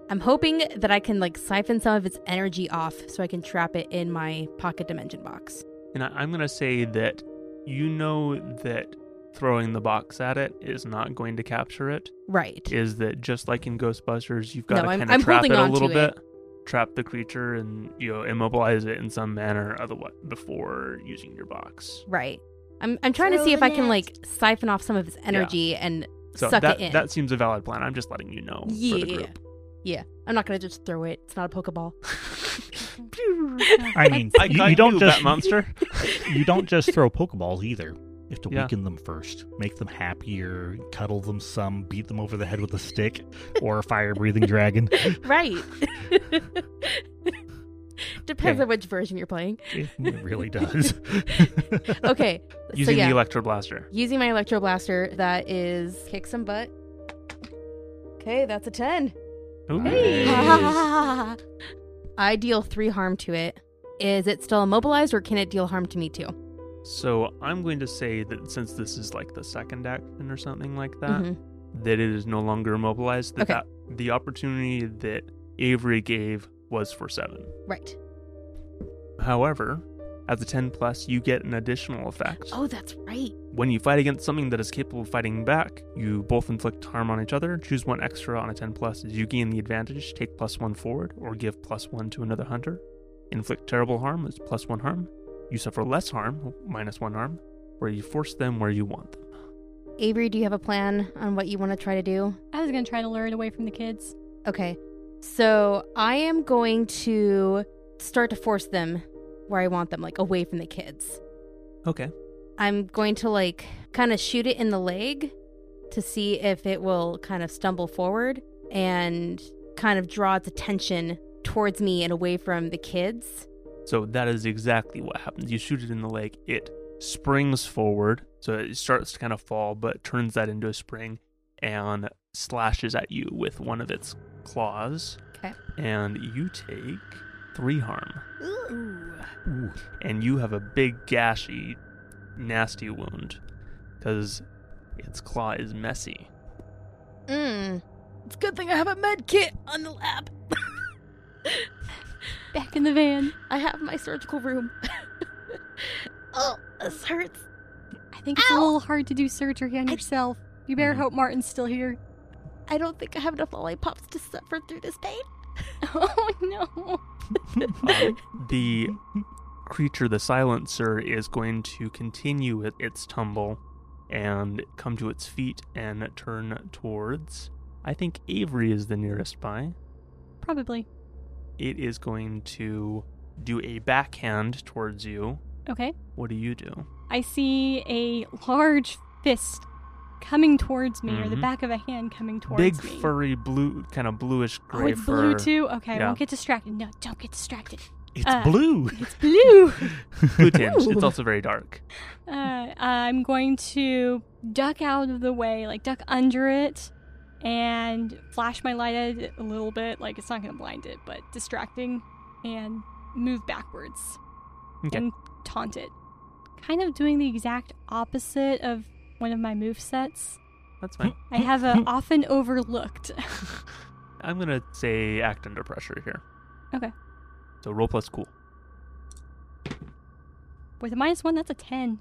Speaker 4: i'm hoping that i can like siphon some of its energy off so i can trap it in my pocket dimension box
Speaker 1: And I, I'm gonna say that you know that throwing the box at it is not going to capture it.
Speaker 4: right
Speaker 1: Is that just like in Ghostbusters, you've got
Speaker 4: No,
Speaker 1: to
Speaker 4: I'm-
Speaker 1: kind
Speaker 4: I'm
Speaker 1: of trap
Speaker 4: holding
Speaker 1: it a
Speaker 4: on
Speaker 1: little
Speaker 4: to it.
Speaker 1: bit, trap the creature, and you know immobilize it in some manner, otherwise before using your box.
Speaker 4: right i'm, I'm trying to
Speaker 2: Throw
Speaker 4: see
Speaker 2: the
Speaker 4: if i can like siphon off some of its energy and
Speaker 1: So
Speaker 4: suck
Speaker 1: that
Speaker 4: it in
Speaker 1: that seems a valid plan. I'm just letting you know for the
Speaker 4: yeah
Speaker 1: group.
Speaker 4: yeah i'm not gonna just throw it it's not a pokeball
Speaker 5: I mean,
Speaker 1: I
Speaker 5: you,
Speaker 1: got
Speaker 5: you don't
Speaker 1: you,
Speaker 5: just
Speaker 1: Bat monster.
Speaker 5: you don't just throw pokeballs either. You have to
Speaker 1: Yeah.
Speaker 5: weaken them first, make them happier, cuddle them some, beat them over the head with a stick or a fire-breathing dragon.
Speaker 4: right depends
Speaker 1: Okay.
Speaker 4: on which version you're playing
Speaker 5: It really does.
Speaker 4: okay
Speaker 1: using
Speaker 4: so yeah
Speaker 1: the electro blaster.
Speaker 4: Using my electro blaster, that is kick some butt. Okay, that's a 10.
Speaker 1: Ooh.
Speaker 5: Hey.
Speaker 4: I deal three harm to it. Is it still immobilized or can it deal harm to me too?
Speaker 1: So I'm going to say that since this is like the second action or something like that,
Speaker 4: Mhm.
Speaker 1: that it is no longer immobilized. That,
Speaker 4: Okay.
Speaker 1: that the opportunity that Avery gave was for seven.
Speaker 4: Right.
Speaker 1: However, as a 10 plus, you get an additional effect.
Speaker 4: Oh, that's right.
Speaker 1: When you fight against something that is capable of fighting back, you both inflict harm on each other. Choose one extra on a 10 plus as you gain the advantage, take plus one forward, or give plus one to another hunter. Inflict terrible harm is plus one harm. You suffer less harm, minus one harm, where you force them where you want them.
Speaker 4: Avery, do you have a plan on what you want to try to do?
Speaker 2: I was gonna try to lure it away from the kids.
Speaker 4: Okay. So I am going to start to force them where I want them, like away from the kids.
Speaker 1: Okay.
Speaker 4: I'm going to like kind of shoot it in the leg to see if it will kind of stumble forward and kind of draw its attention towards me and away from the kids.
Speaker 1: So that is exactly what happens. You shoot it in the leg, it springs forward, so it starts to kind of fall, but turns that into a spring and slashes at you with one of its claws.
Speaker 4: Okay.
Speaker 1: And you take three harm,
Speaker 5: Ooh.
Speaker 1: and you have a big, gashy, nasty wound because its claw is messy.
Speaker 4: Mm. It's a good thing I have a med kit on the lab.
Speaker 2: Back in the van.
Speaker 4: I have my surgical room. oh, this hurts.
Speaker 2: I think it's a
Speaker 4: Ow.
Speaker 2: little hard to do surgery on yourself. You better
Speaker 1: Mm.
Speaker 2: hope Martin's still here.
Speaker 4: I don't think I have enough lollipops to suffer through this pain.
Speaker 2: Oh no.
Speaker 1: Um, the creature, the silencer, is going to continue it, its tumble and come to its feet and turn towards. I think Avery is the nearest by.
Speaker 2: Probably.
Speaker 1: It is going to do a backhand towards you.
Speaker 2: Okay.
Speaker 1: What do you do?
Speaker 2: I see a large fist coming towards me, or the
Speaker 1: Mhm.
Speaker 2: back of a hand coming towards
Speaker 1: Big
Speaker 2: me.
Speaker 1: furry blue, kind of bluish
Speaker 2: Oh,
Speaker 1: gray
Speaker 2: it's
Speaker 1: fur.
Speaker 2: blue too. Okay,
Speaker 1: Yeah.
Speaker 2: I won't get distracted. No, don't get distracted.
Speaker 5: It's
Speaker 2: Uh,
Speaker 5: blue.
Speaker 2: It's blue.
Speaker 1: Blue tinge.
Speaker 3: Ooh.
Speaker 1: It's also very dark.
Speaker 2: uh, I'm going to duck out of the way, like duck under it, and flash my light at it a little bit. Like it's not going to blind it, but distracting, and move backwards
Speaker 1: Okay.
Speaker 2: and taunt it. Kind of doing the exact opposite of one of my move sets.
Speaker 1: That's fine.
Speaker 2: I have a often overlooked.
Speaker 1: I'm gonna say act under pressure here.
Speaker 2: Okay.
Speaker 1: So roll plus cool.
Speaker 2: With a minus one, that's a ten.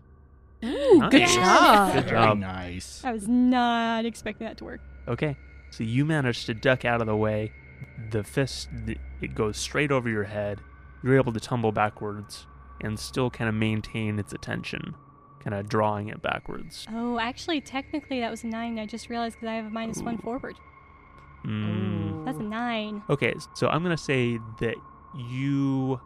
Speaker 3: Ooh, good
Speaker 1: Nice.
Speaker 3: job.
Speaker 1: Good
Speaker 5: Very
Speaker 1: job.
Speaker 5: nice.
Speaker 2: I was not expecting that to work.
Speaker 1: Okay. So you manage to duck out of the way. The fist th- it goes straight over your head. You're able to tumble backwards and still kind of maintain its attention, kind of drawing it backwards.
Speaker 2: Oh, actually, technically that was a nine. I just realized because I have a minus one
Speaker 1: Ooh.
Speaker 2: forward.
Speaker 1: Mm.
Speaker 2: That's a nine.
Speaker 1: Okay, so I'm going to say that you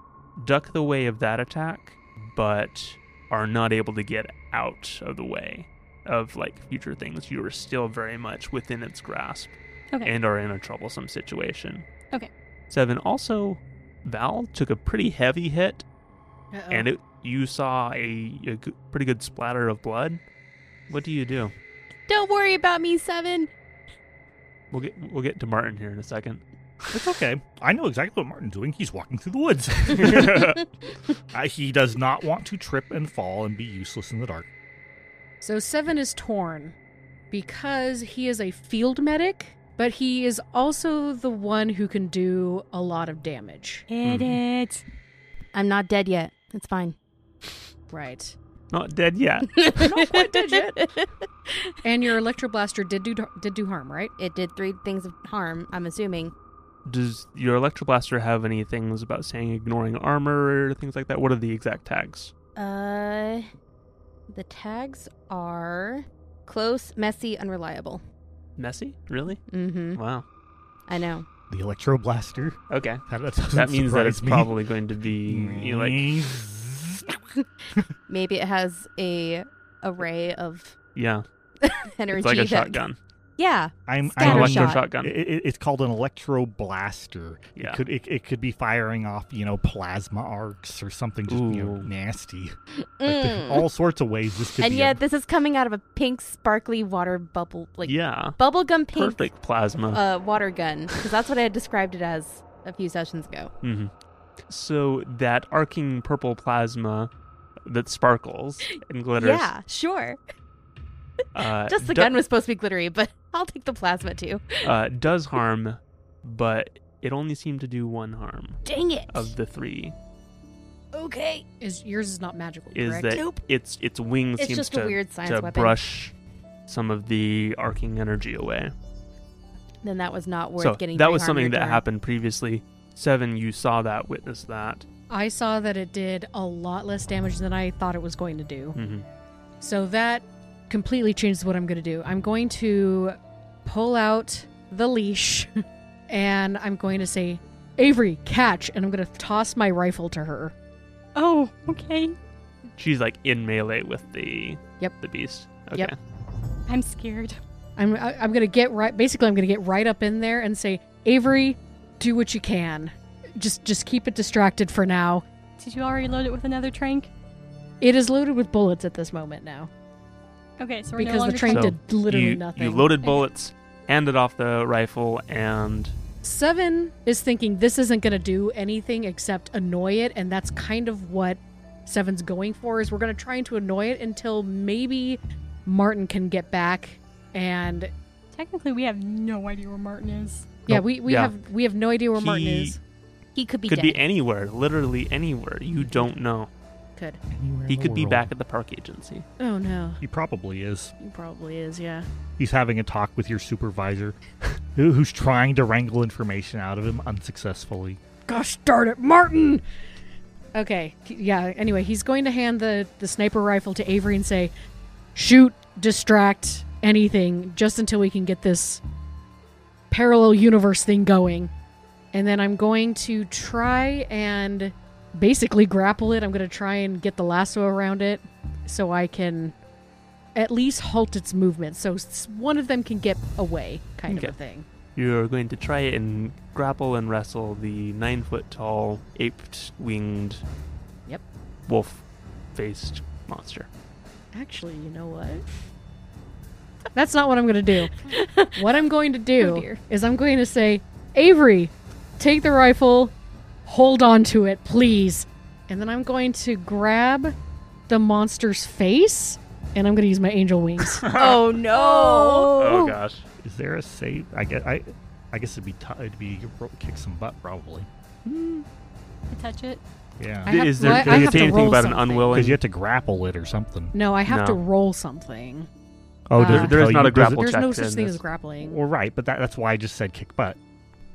Speaker 1: duck the way of that attack, but are not able to get out of the way of like future things. You are still very much within its grasp
Speaker 2: Okay.
Speaker 1: and are in a troublesome situation.
Speaker 2: Okay.
Speaker 1: Seven, also, Val took a pretty heavy hit
Speaker 4: Oh.
Speaker 3: Uh-oh.
Speaker 1: and it, you saw a, a g- pretty good splatter of blood. What do you do?
Speaker 4: Don't worry about me, Seven.
Speaker 1: We'll get we'll get to Martin here in a second.
Speaker 5: It's okay. I know exactly what Martin's doing. He's walking through the woods. Uh, he does not want to trip and fall and be useless in the dark.
Speaker 3: So Seven is torn because he is a field medic, but he is also the one who can do a lot of damage.
Speaker 2: Hit
Speaker 5: Mm-hmm.
Speaker 2: it.
Speaker 4: I'm not dead yet. It's fine.
Speaker 3: Right.
Speaker 1: Not dead yet.
Speaker 4: not
Speaker 3: quite dead yet. And your electroblaster did do did do harm, right?
Speaker 4: It did three things of harm, I'm assuming.
Speaker 1: Does your electroblaster have any things about saying ignoring armor or things like that? What are the exact tags?
Speaker 4: Uh, the tags are close, messy, unreliable.
Speaker 1: Messy? Really?
Speaker 4: Mm-hmm.
Speaker 1: Wow.
Speaker 4: I know.
Speaker 5: The electroblaster.
Speaker 1: Okay.
Speaker 5: That, that, doesn't
Speaker 1: That means that
Speaker 5: surprise
Speaker 1: it's
Speaker 5: me.
Speaker 1: probably going to be you know, like
Speaker 4: Maybe it has a array of
Speaker 1: yeah,
Speaker 4: energy.
Speaker 1: it's like a
Speaker 4: that-
Speaker 1: shotgun,
Speaker 4: Yeah.
Speaker 1: an
Speaker 5: I'm, I'm
Speaker 4: Scatter
Speaker 1: electro
Speaker 4: shot.
Speaker 1: shotgun.
Speaker 5: It, it- it's called an electroblaster.
Speaker 1: Yeah.
Speaker 5: It could it, it could be firing off, you know, plasma arcs or something just you know
Speaker 1: Ooh.
Speaker 5: nasty. Like, there-
Speaker 4: Mm.
Speaker 5: all sorts of ways this could
Speaker 4: and
Speaker 5: be
Speaker 4: yet,
Speaker 5: a-
Speaker 4: this is coming out of a pink, sparkly water bubble, like
Speaker 1: yeah,
Speaker 4: bubblegum pink
Speaker 1: perfect plasma.
Speaker 4: uh, water gun, because that's what I had described it as a few sessions ago.
Speaker 1: hmm So that arcing purple plasma that sparkles and glitters.
Speaker 4: Yeah, sure.
Speaker 1: uh,
Speaker 4: Just the
Speaker 1: do-
Speaker 4: gun was supposed to be glittery, but I'll take the plasma too.
Speaker 1: uh, does harm, but it only seemed to do one harm
Speaker 4: Dang it.
Speaker 1: of the three.
Speaker 4: Okay.
Speaker 3: Is yours is not magical,
Speaker 1: is
Speaker 3: correct?
Speaker 1: that
Speaker 4: Nope.
Speaker 1: its its wings
Speaker 4: It's
Speaker 1: seems
Speaker 4: just
Speaker 1: to,
Speaker 4: a weird science
Speaker 1: to
Speaker 4: weapon.
Speaker 1: brush some of the arcing energy away.
Speaker 4: Then that was not worth
Speaker 1: so
Speaker 4: getting.
Speaker 1: that
Speaker 4: three
Speaker 1: was
Speaker 4: harm
Speaker 1: something
Speaker 4: your
Speaker 1: that
Speaker 4: turn.
Speaker 1: happened previously. Seven, you saw that, witnessed that.
Speaker 3: I saw that it did a lot less damage than I thought it was going to do.
Speaker 4: Mm-hmm.
Speaker 1: hmm
Speaker 3: So that completely changes what I'm going to do. I'm going to pull out the leash and I'm going to say, Avery, catch. And I'm going to toss my rifle to her.
Speaker 2: Oh, okay.
Speaker 1: She's like in melee with the
Speaker 3: Yep.
Speaker 1: the beast. Okay.
Speaker 3: Yep.
Speaker 2: I'm scared.
Speaker 3: I'm, I, I'm going to get right, basically, I'm going to get right up in there and say, Avery, do what you can. Just, just keep it distracted for now.
Speaker 2: Did you already load it with another trank?
Speaker 3: It is loaded with bullets at this moment now
Speaker 2: Okay, so we're no
Speaker 3: because the
Speaker 2: longer.
Speaker 3: train
Speaker 1: So
Speaker 3: did literally
Speaker 1: you,
Speaker 3: nothing.
Speaker 1: You loaded bullets, handed off the rifle, and
Speaker 3: Seven is thinking this isn't going to do anything except annoy it, and that's kind of what Seven's going for. Is we're going to try to annoy it until maybe Martin can get back, and
Speaker 2: Technically, we have no idea where Martin is.
Speaker 3: yeah,
Speaker 1: Nope.
Speaker 3: we, we
Speaker 1: Yeah.
Speaker 3: have we have no idea where Martin
Speaker 1: He-
Speaker 3: is.
Speaker 4: He could be
Speaker 1: could
Speaker 4: dead.
Speaker 1: be anywhere, literally anywhere. You don't know.
Speaker 3: Could
Speaker 5: anywhere
Speaker 1: He
Speaker 5: in the
Speaker 1: could be
Speaker 5: world.
Speaker 1: back at the park agency.
Speaker 3: oh no,
Speaker 5: He probably is.
Speaker 3: he probably is. Yeah,
Speaker 5: He's having a talk with your supervisor, who- who's trying to wrangle information out of him unsuccessfully.
Speaker 3: gosh darn it, Martin. Okay, yeah. Anyway, he's going to hand the the sniper rifle to Avery and say, shoot, distract, anything, just until we can get this parallel universe thing going. And then I'm going to try and basically grapple it. I'm going to try and get the lasso around it so I can at least halt its movement so s- one of them can get away, kind of
Speaker 1: Okay.
Speaker 3: a thing.
Speaker 1: You're going to try and grapple and wrestle the nine foot tall, aped winged,
Speaker 3: Yep.
Speaker 1: wolf faced monster.
Speaker 3: Actually, you know what? That's not what I'm going to do. What I'm going to do
Speaker 4: Oh, dear.
Speaker 3: is I'm going to say, Avery, take the rifle, hold on to it, please. And then I'm going to grab the monster's face and I'm going to use my angel wings.
Speaker 4: oh no!
Speaker 1: Oh gosh.
Speaker 5: Is there a save? I guess I, I guess it'd be t- it'd be ro- kick some butt probably.
Speaker 2: I touch it.
Speaker 5: Yeah,
Speaker 3: I- have-
Speaker 1: Is there,
Speaker 3: well, I
Speaker 1: does it
Speaker 3: have
Speaker 1: say
Speaker 3: to
Speaker 1: anything
Speaker 3: roll
Speaker 1: about an
Speaker 3: something.
Speaker 1: unwilling?
Speaker 5: because you have to grapple it or something.
Speaker 3: no, I have to
Speaker 1: No.
Speaker 3: roll something. Uh,
Speaker 5: Oh, does
Speaker 3: There-
Speaker 5: it
Speaker 1: there is
Speaker 5: tell you-
Speaker 1: not a
Speaker 5: does
Speaker 1: grapple
Speaker 5: It,
Speaker 3: There's no
Speaker 1: check
Speaker 3: such
Speaker 1: in
Speaker 3: thing as
Speaker 1: this.
Speaker 3: grappling.
Speaker 5: well, right, but that, that's why I just said kick butt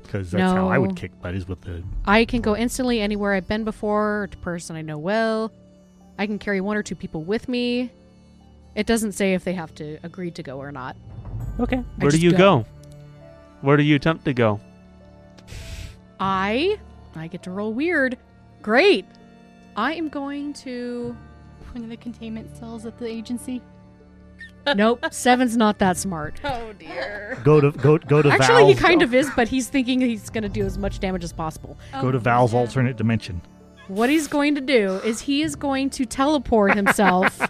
Speaker 5: because that's how I
Speaker 3: No.
Speaker 5: would kick butt is with the
Speaker 3: I can go instantly anywhere I've been before to person I know well. I can carry one or two people with me. It doesn't say if they have to agree to go or not.
Speaker 1: Okay. Where do
Speaker 3: just
Speaker 1: you
Speaker 3: go.
Speaker 1: go? Where do you attempt to go?
Speaker 3: I I get to roll weird. Great. I am going to
Speaker 2: One of the containment cells at the agency.
Speaker 3: Nope, Seven's not that smart.
Speaker 4: Oh dear!
Speaker 5: go to go go to
Speaker 3: Actually, he
Speaker 5: Val's-
Speaker 3: kind of is, but he's thinking he's going to do as much damage as possible.
Speaker 2: Oh,
Speaker 5: go to Val's alternate dimension.
Speaker 3: What he's going to do is he is going to teleport himself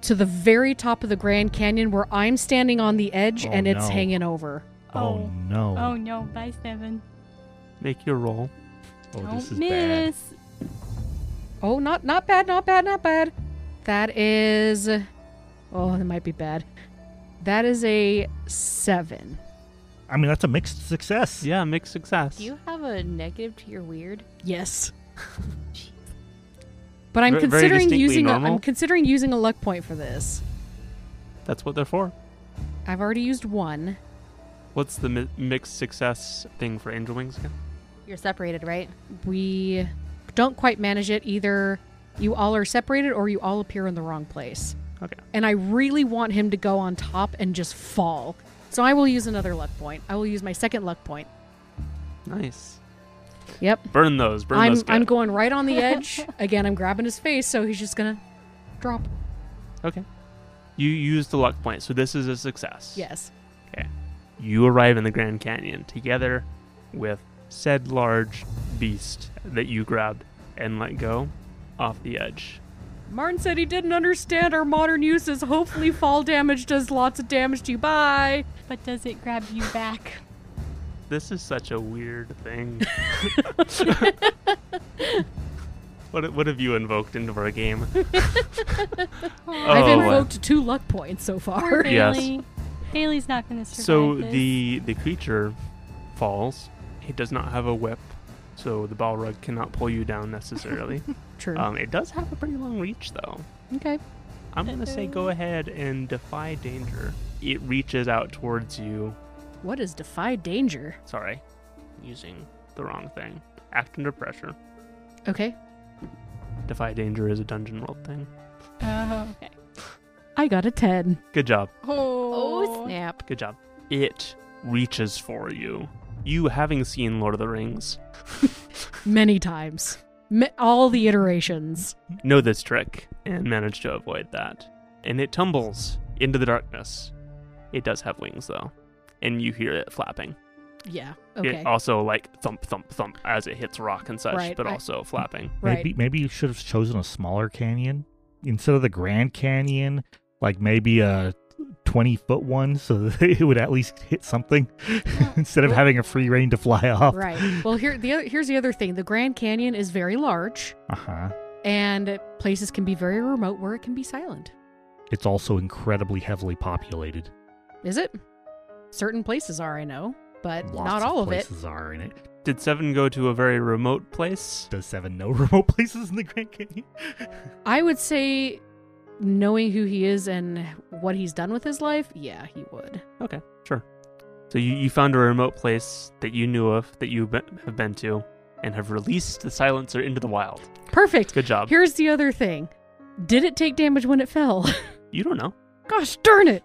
Speaker 3: to the very top of the Grand Canyon where I'm standing on the edge
Speaker 5: Oh,
Speaker 3: and it's
Speaker 5: no.
Speaker 3: hanging over.
Speaker 5: Oh,
Speaker 2: Oh.
Speaker 5: no!
Speaker 2: Oh no, bye seven.
Speaker 1: Make your roll.
Speaker 5: Oh,
Speaker 2: Don't
Speaker 5: this is bad.
Speaker 2: miss.
Speaker 3: Oh, not not bad, not bad, not bad. That is Oh, that might be bad. That is a 7.
Speaker 5: I mean, that's a mixed success.
Speaker 1: Yeah, mixed success.
Speaker 4: Do you have a negative to your weird?
Speaker 3: Yes. But I'm
Speaker 1: Ver- very
Speaker 3: considering
Speaker 1: distinctly
Speaker 3: using a, I'm
Speaker 1: normal.
Speaker 3: considering using a luck point for this.
Speaker 1: That's what they're for.
Speaker 3: I've already used one.
Speaker 1: What's the mi- mixed success thing for angel wings again?
Speaker 4: You're separated, right?
Speaker 3: We don't quite manage it either. You all are separated or you all appear in the wrong place.
Speaker 1: Okay.
Speaker 3: And I really want him to go on top and just fall. So I will use another luck point. I will use my second luck point.
Speaker 1: Nice.
Speaker 3: Yep.
Speaker 1: Burn those. Burn
Speaker 3: I'm
Speaker 1: those.
Speaker 3: I'm
Speaker 1: good.
Speaker 3: going right on the edge. Again, I'm grabbing his face, so he's just gonna drop.
Speaker 1: okay. You used the luck point, so this is a success.
Speaker 3: Yes.
Speaker 1: you arrive in the Grand Canyon together with said large beast that you grabbed and let go off the edge.
Speaker 3: Martin said he didn't understand our modern uses. Hopefully, fall damage does lots of damage to you. Bye.
Speaker 2: But does it grab you back?
Speaker 1: This is such a weird thing. what, what have you invoked into our game?
Speaker 3: I've
Speaker 1: Oh, wow.
Speaker 3: invoked two luck points so
Speaker 2: Poor
Speaker 3: far.
Speaker 1: Yes.
Speaker 2: Bailey. Bailey's not gonna survive.
Speaker 1: So
Speaker 2: this.
Speaker 1: the the creature falls. It does not have a whip, so the Balrog cannot pull you down necessarily.
Speaker 3: True.
Speaker 1: um, it does have a pretty long reach, though.
Speaker 3: okay.
Speaker 1: I'm gonna say go ahead and defy danger. It reaches out towards you.
Speaker 3: What is defy danger?
Speaker 1: Sorry, using the wrong thing. Act under pressure.
Speaker 3: Okay.
Speaker 1: Defy danger is a dungeon world thing.
Speaker 2: Oh okay.
Speaker 3: I got a ten.
Speaker 1: Good job.
Speaker 2: Oh,
Speaker 4: Oh snap!
Speaker 1: Good job. It reaches for you. You having seen Lord of the Rings,
Speaker 3: Many times. Me- all the iterations.
Speaker 1: know this trick and manage to avoid that. And it tumbles into the darkness. It does have wings though, and you hear it flapping.
Speaker 3: Yeah. Okay.
Speaker 1: It also like thump thump thump as it hits rock and such,
Speaker 3: Right,
Speaker 1: but
Speaker 3: I-
Speaker 1: also flapping.
Speaker 3: right.
Speaker 5: Maybe maybe you should have chosen a smaller canyon instead of the Grand Canyon, like maybe a twenty foot one, so that it would at least hit something instead of having a free reign to fly off.
Speaker 3: Right. Well, here the other, here's the other thing. The Grand Canyon is very large,
Speaker 5: Uh huh.
Speaker 3: and places can be very remote where it can be silent.
Speaker 5: It's also incredibly heavily populated.
Speaker 3: Is it? Certain places are, I know, but
Speaker 5: Lots
Speaker 3: not all of it.
Speaker 5: Places are in it.
Speaker 1: Did Seven go to a very remote place?
Speaker 5: Does Seven know remote places in the Grand Canyon?
Speaker 3: I would say, knowing who he is and what he's done with his life, yeah, he would.
Speaker 1: Okay, sure. So you, you found a remote place that you knew of, that you be- have been to, and have released the silencer into the wild.
Speaker 3: Perfect.
Speaker 1: Good job.
Speaker 3: Here's the other thing Did it take damage when it fell?
Speaker 1: you don't know.
Speaker 3: Gosh darn it.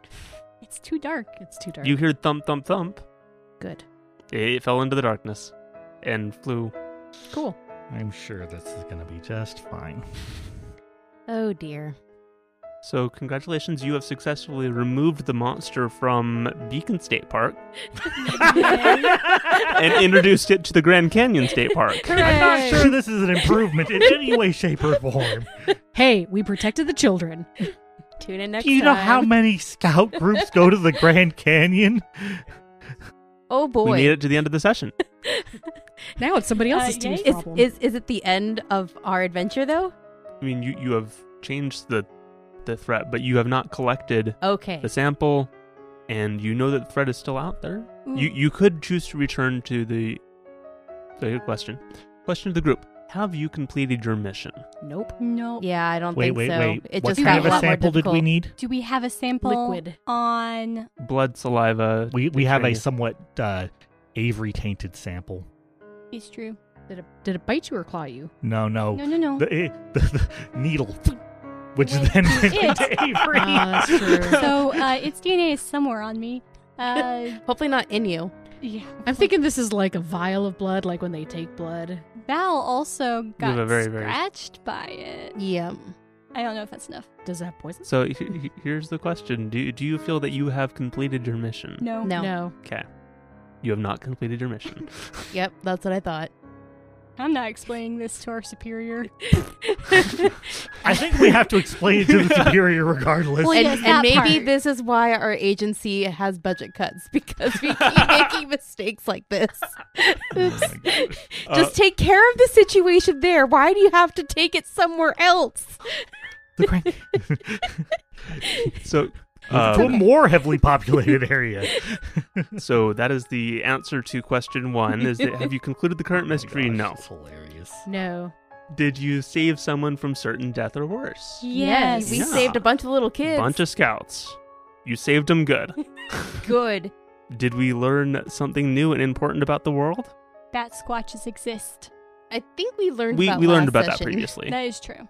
Speaker 2: it's too dark.
Speaker 3: It's too dark.
Speaker 1: You heard thump, thump, thump.
Speaker 3: Good.
Speaker 1: It fell into the darkness and flew.
Speaker 3: Cool.
Speaker 5: I'm sure this is going to be just fine.
Speaker 4: Oh dear.
Speaker 1: So, congratulations, you have successfully removed the monster from Beacon State Park and introduced it to the Grand Canyon State Park.
Speaker 5: I'm not
Speaker 3: Hooray.
Speaker 5: sure this is an improvement in any way, shape, or form.
Speaker 3: Hey, we protected the children.
Speaker 4: Tune in next
Speaker 5: Do you know
Speaker 4: time.
Speaker 5: how many scout groups go to the Grand Canyon?
Speaker 4: Oh
Speaker 1: We made
Speaker 4: boy.
Speaker 1: it to the end of the session.
Speaker 3: Now it's somebody else's
Speaker 2: Uh,
Speaker 3: team's
Speaker 2: yay.
Speaker 4: Is,
Speaker 3: problem.
Speaker 4: is is it the end of our adventure though?
Speaker 1: I mean, you, you have changed the, the threat, but you have not collected
Speaker 4: Okay.
Speaker 1: the sample, and you know that the threat is still out there. You you could choose to return to the the question. Question to the group: Have you completed your mission?
Speaker 3: nope.
Speaker 2: No.
Speaker 4: Yeah, I don't
Speaker 5: Wait,
Speaker 4: think
Speaker 5: wait,
Speaker 4: so.
Speaker 5: wait.
Speaker 4: It
Speaker 5: what
Speaker 4: just
Speaker 5: kind
Speaker 4: got
Speaker 5: of
Speaker 4: a
Speaker 5: a
Speaker 4: lot more
Speaker 5: sample did we
Speaker 4: difficult.
Speaker 5: need?
Speaker 2: Do we have a sample
Speaker 3: Liquid.
Speaker 2: on
Speaker 1: Blood, saliva.
Speaker 5: We we have a
Speaker 1: betrayal.
Speaker 5: somewhat uh, Avery tainted sample.
Speaker 2: It's true.
Speaker 3: Did it, did it bite you or claw you?
Speaker 5: No, no,
Speaker 2: No, no, no.
Speaker 5: The, eh, the, the needle, which
Speaker 2: Wait,
Speaker 5: then went
Speaker 2: it-
Speaker 5: into Avery.
Speaker 3: Ah, that's true.
Speaker 2: so uh, its DNA is somewhere on me. Uh,
Speaker 4: Hopefully not in you.
Speaker 2: yeah.
Speaker 3: I'm thinking this is like a vial of blood, like when they take blood.
Speaker 2: Val also
Speaker 1: have
Speaker 2: got
Speaker 1: a very, very-
Speaker 2: scratched by it.
Speaker 4: Yeah.
Speaker 2: I don't know if that's enough.
Speaker 3: Does that poison?
Speaker 1: So he- he- here's the question: Do do you feel that you have completed your mission?
Speaker 2: No.
Speaker 4: Oh, No.
Speaker 3: No.
Speaker 1: Okay. You have not completed your mission.
Speaker 4: Yep, that's what I thought.
Speaker 2: I'm not explaining this to our superior.
Speaker 5: I think we have to explain it to the superior regardless.
Speaker 2: Well,
Speaker 4: and
Speaker 2: yes,
Speaker 4: and
Speaker 2: that
Speaker 4: maybe
Speaker 2: part.
Speaker 4: this is why our agency has budget cuts because we keep making mistakes like this.
Speaker 1: Oh,
Speaker 4: Oops.
Speaker 1: Uh,
Speaker 4: Just take care of the situation there. Why do you have to take it somewhere else?
Speaker 5: The crank-
Speaker 1: So.
Speaker 5: to a
Speaker 1: Um,
Speaker 5: more heavily populated area.
Speaker 1: so that is the answer to question one: Is that have you concluded the current mystery?
Speaker 5: Oh Gosh,
Speaker 1: No.
Speaker 5: That's hilarious.
Speaker 3: No.
Speaker 1: Did you save someone from certain death or worse?
Speaker 2: Yes.
Speaker 4: we
Speaker 1: Yeah.
Speaker 4: saved a bunch of little kids.
Speaker 1: Bunch of scouts. You saved them good.
Speaker 4: good.
Speaker 1: Did we learn something new and important about the world?
Speaker 2: Bat squatches exist.
Speaker 4: I think we learned.
Speaker 1: We,
Speaker 4: about
Speaker 1: we learned
Speaker 4: last
Speaker 1: about that
Speaker 4: session.
Speaker 1: previously.
Speaker 2: That is true.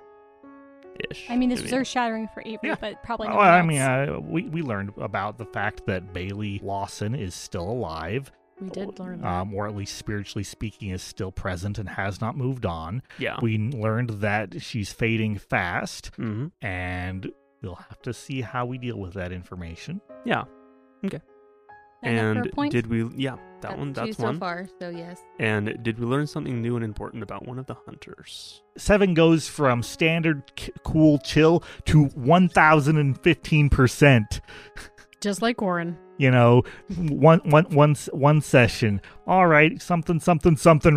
Speaker 1: Ish.
Speaker 2: I mean, this was earth shattering for Avery,
Speaker 5: Yeah.
Speaker 2: but probably
Speaker 5: Well,
Speaker 2: not.
Speaker 5: I mean, uh, we, we learned about the fact that Bailey Lawson is still alive,
Speaker 3: We
Speaker 1: Oh,
Speaker 3: did learn that.
Speaker 5: um, or at least spiritually speaking, is still present and has not moved on.
Speaker 1: yeah.
Speaker 5: We learned that she's fading fast,
Speaker 1: hmm
Speaker 5: and we'll have to see how we deal with that information.
Speaker 1: Yeah.
Speaker 2: for
Speaker 1: And
Speaker 2: a point?
Speaker 1: did we? Yeah, that one.
Speaker 4: two
Speaker 1: That's
Speaker 4: so
Speaker 1: one.
Speaker 4: far. So yes.
Speaker 1: And did we learn something new and important about one of the hunters?
Speaker 5: Seven goes from standard c- cool chill to 1015%.
Speaker 3: Just like Warren.
Speaker 5: You know, one, one, one, s- one session, all right, something, something, something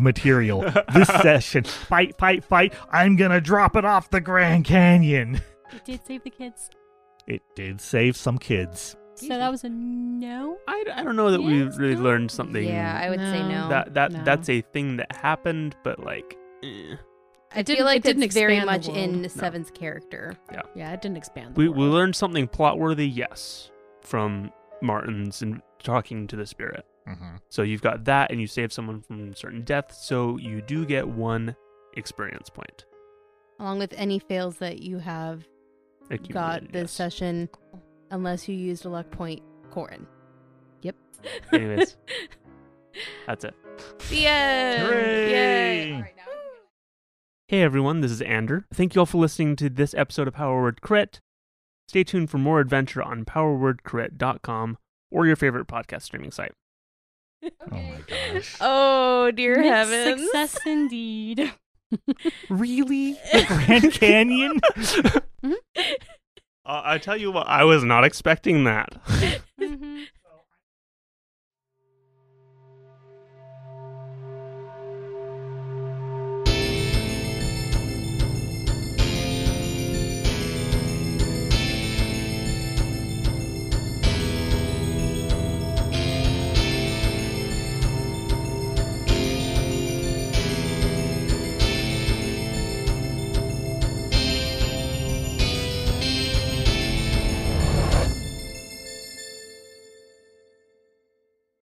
Speaker 5: material. Oh, this session, fight, fight, fight, I'm going to drop it off the Grand Canyon.
Speaker 2: it did save the kids.
Speaker 5: It did save some kids.
Speaker 2: So that was a no.
Speaker 1: I, I don't know that we
Speaker 2: Yes,
Speaker 1: really
Speaker 2: no.
Speaker 1: learned something.
Speaker 4: Yeah, I would say
Speaker 3: No.
Speaker 4: no.
Speaker 1: that that
Speaker 3: No.
Speaker 1: that's a thing that happened, but like, eh.
Speaker 4: I
Speaker 3: It
Speaker 4: feel
Speaker 3: didn't-
Speaker 4: like
Speaker 3: it didn't
Speaker 4: it's very
Speaker 3: expand
Speaker 4: much
Speaker 3: the
Speaker 4: in
Speaker 3: world.
Speaker 1: No.
Speaker 4: Seven's character.
Speaker 3: Yeah, it didn't expand. The
Speaker 1: we
Speaker 3: world.
Speaker 1: we learned something plot worthy. Yes, from Martin's and talking to the spirit.
Speaker 5: Mm-hmm.
Speaker 1: So you've got that, and you save someone from certain death. So you do get one experience point.
Speaker 4: along with any fails that you have got
Speaker 1: accumulated,
Speaker 4: this
Speaker 1: yes.
Speaker 4: session, unless you used a luck point, Corin.
Speaker 3: Yep.
Speaker 1: Anyways, that's it.
Speaker 4: the end.
Speaker 5: Hooray!
Speaker 4: Yay.
Speaker 5: All right,
Speaker 1: Hey everyone, this is Ander. Thank you all for listening to this episode of Power Word Crit. Stay tuned for more adventure on powerwordcrit.com or your favorite podcast streaming site.
Speaker 5: Oh my gosh.
Speaker 4: Oh dear
Speaker 2: Mixed
Speaker 4: heavens!
Speaker 2: Success indeed.
Speaker 1: Really?
Speaker 5: The Grand Canyon?
Speaker 1: Uh, I tell you what, I was not expecting that.
Speaker 4: Mm-hmm.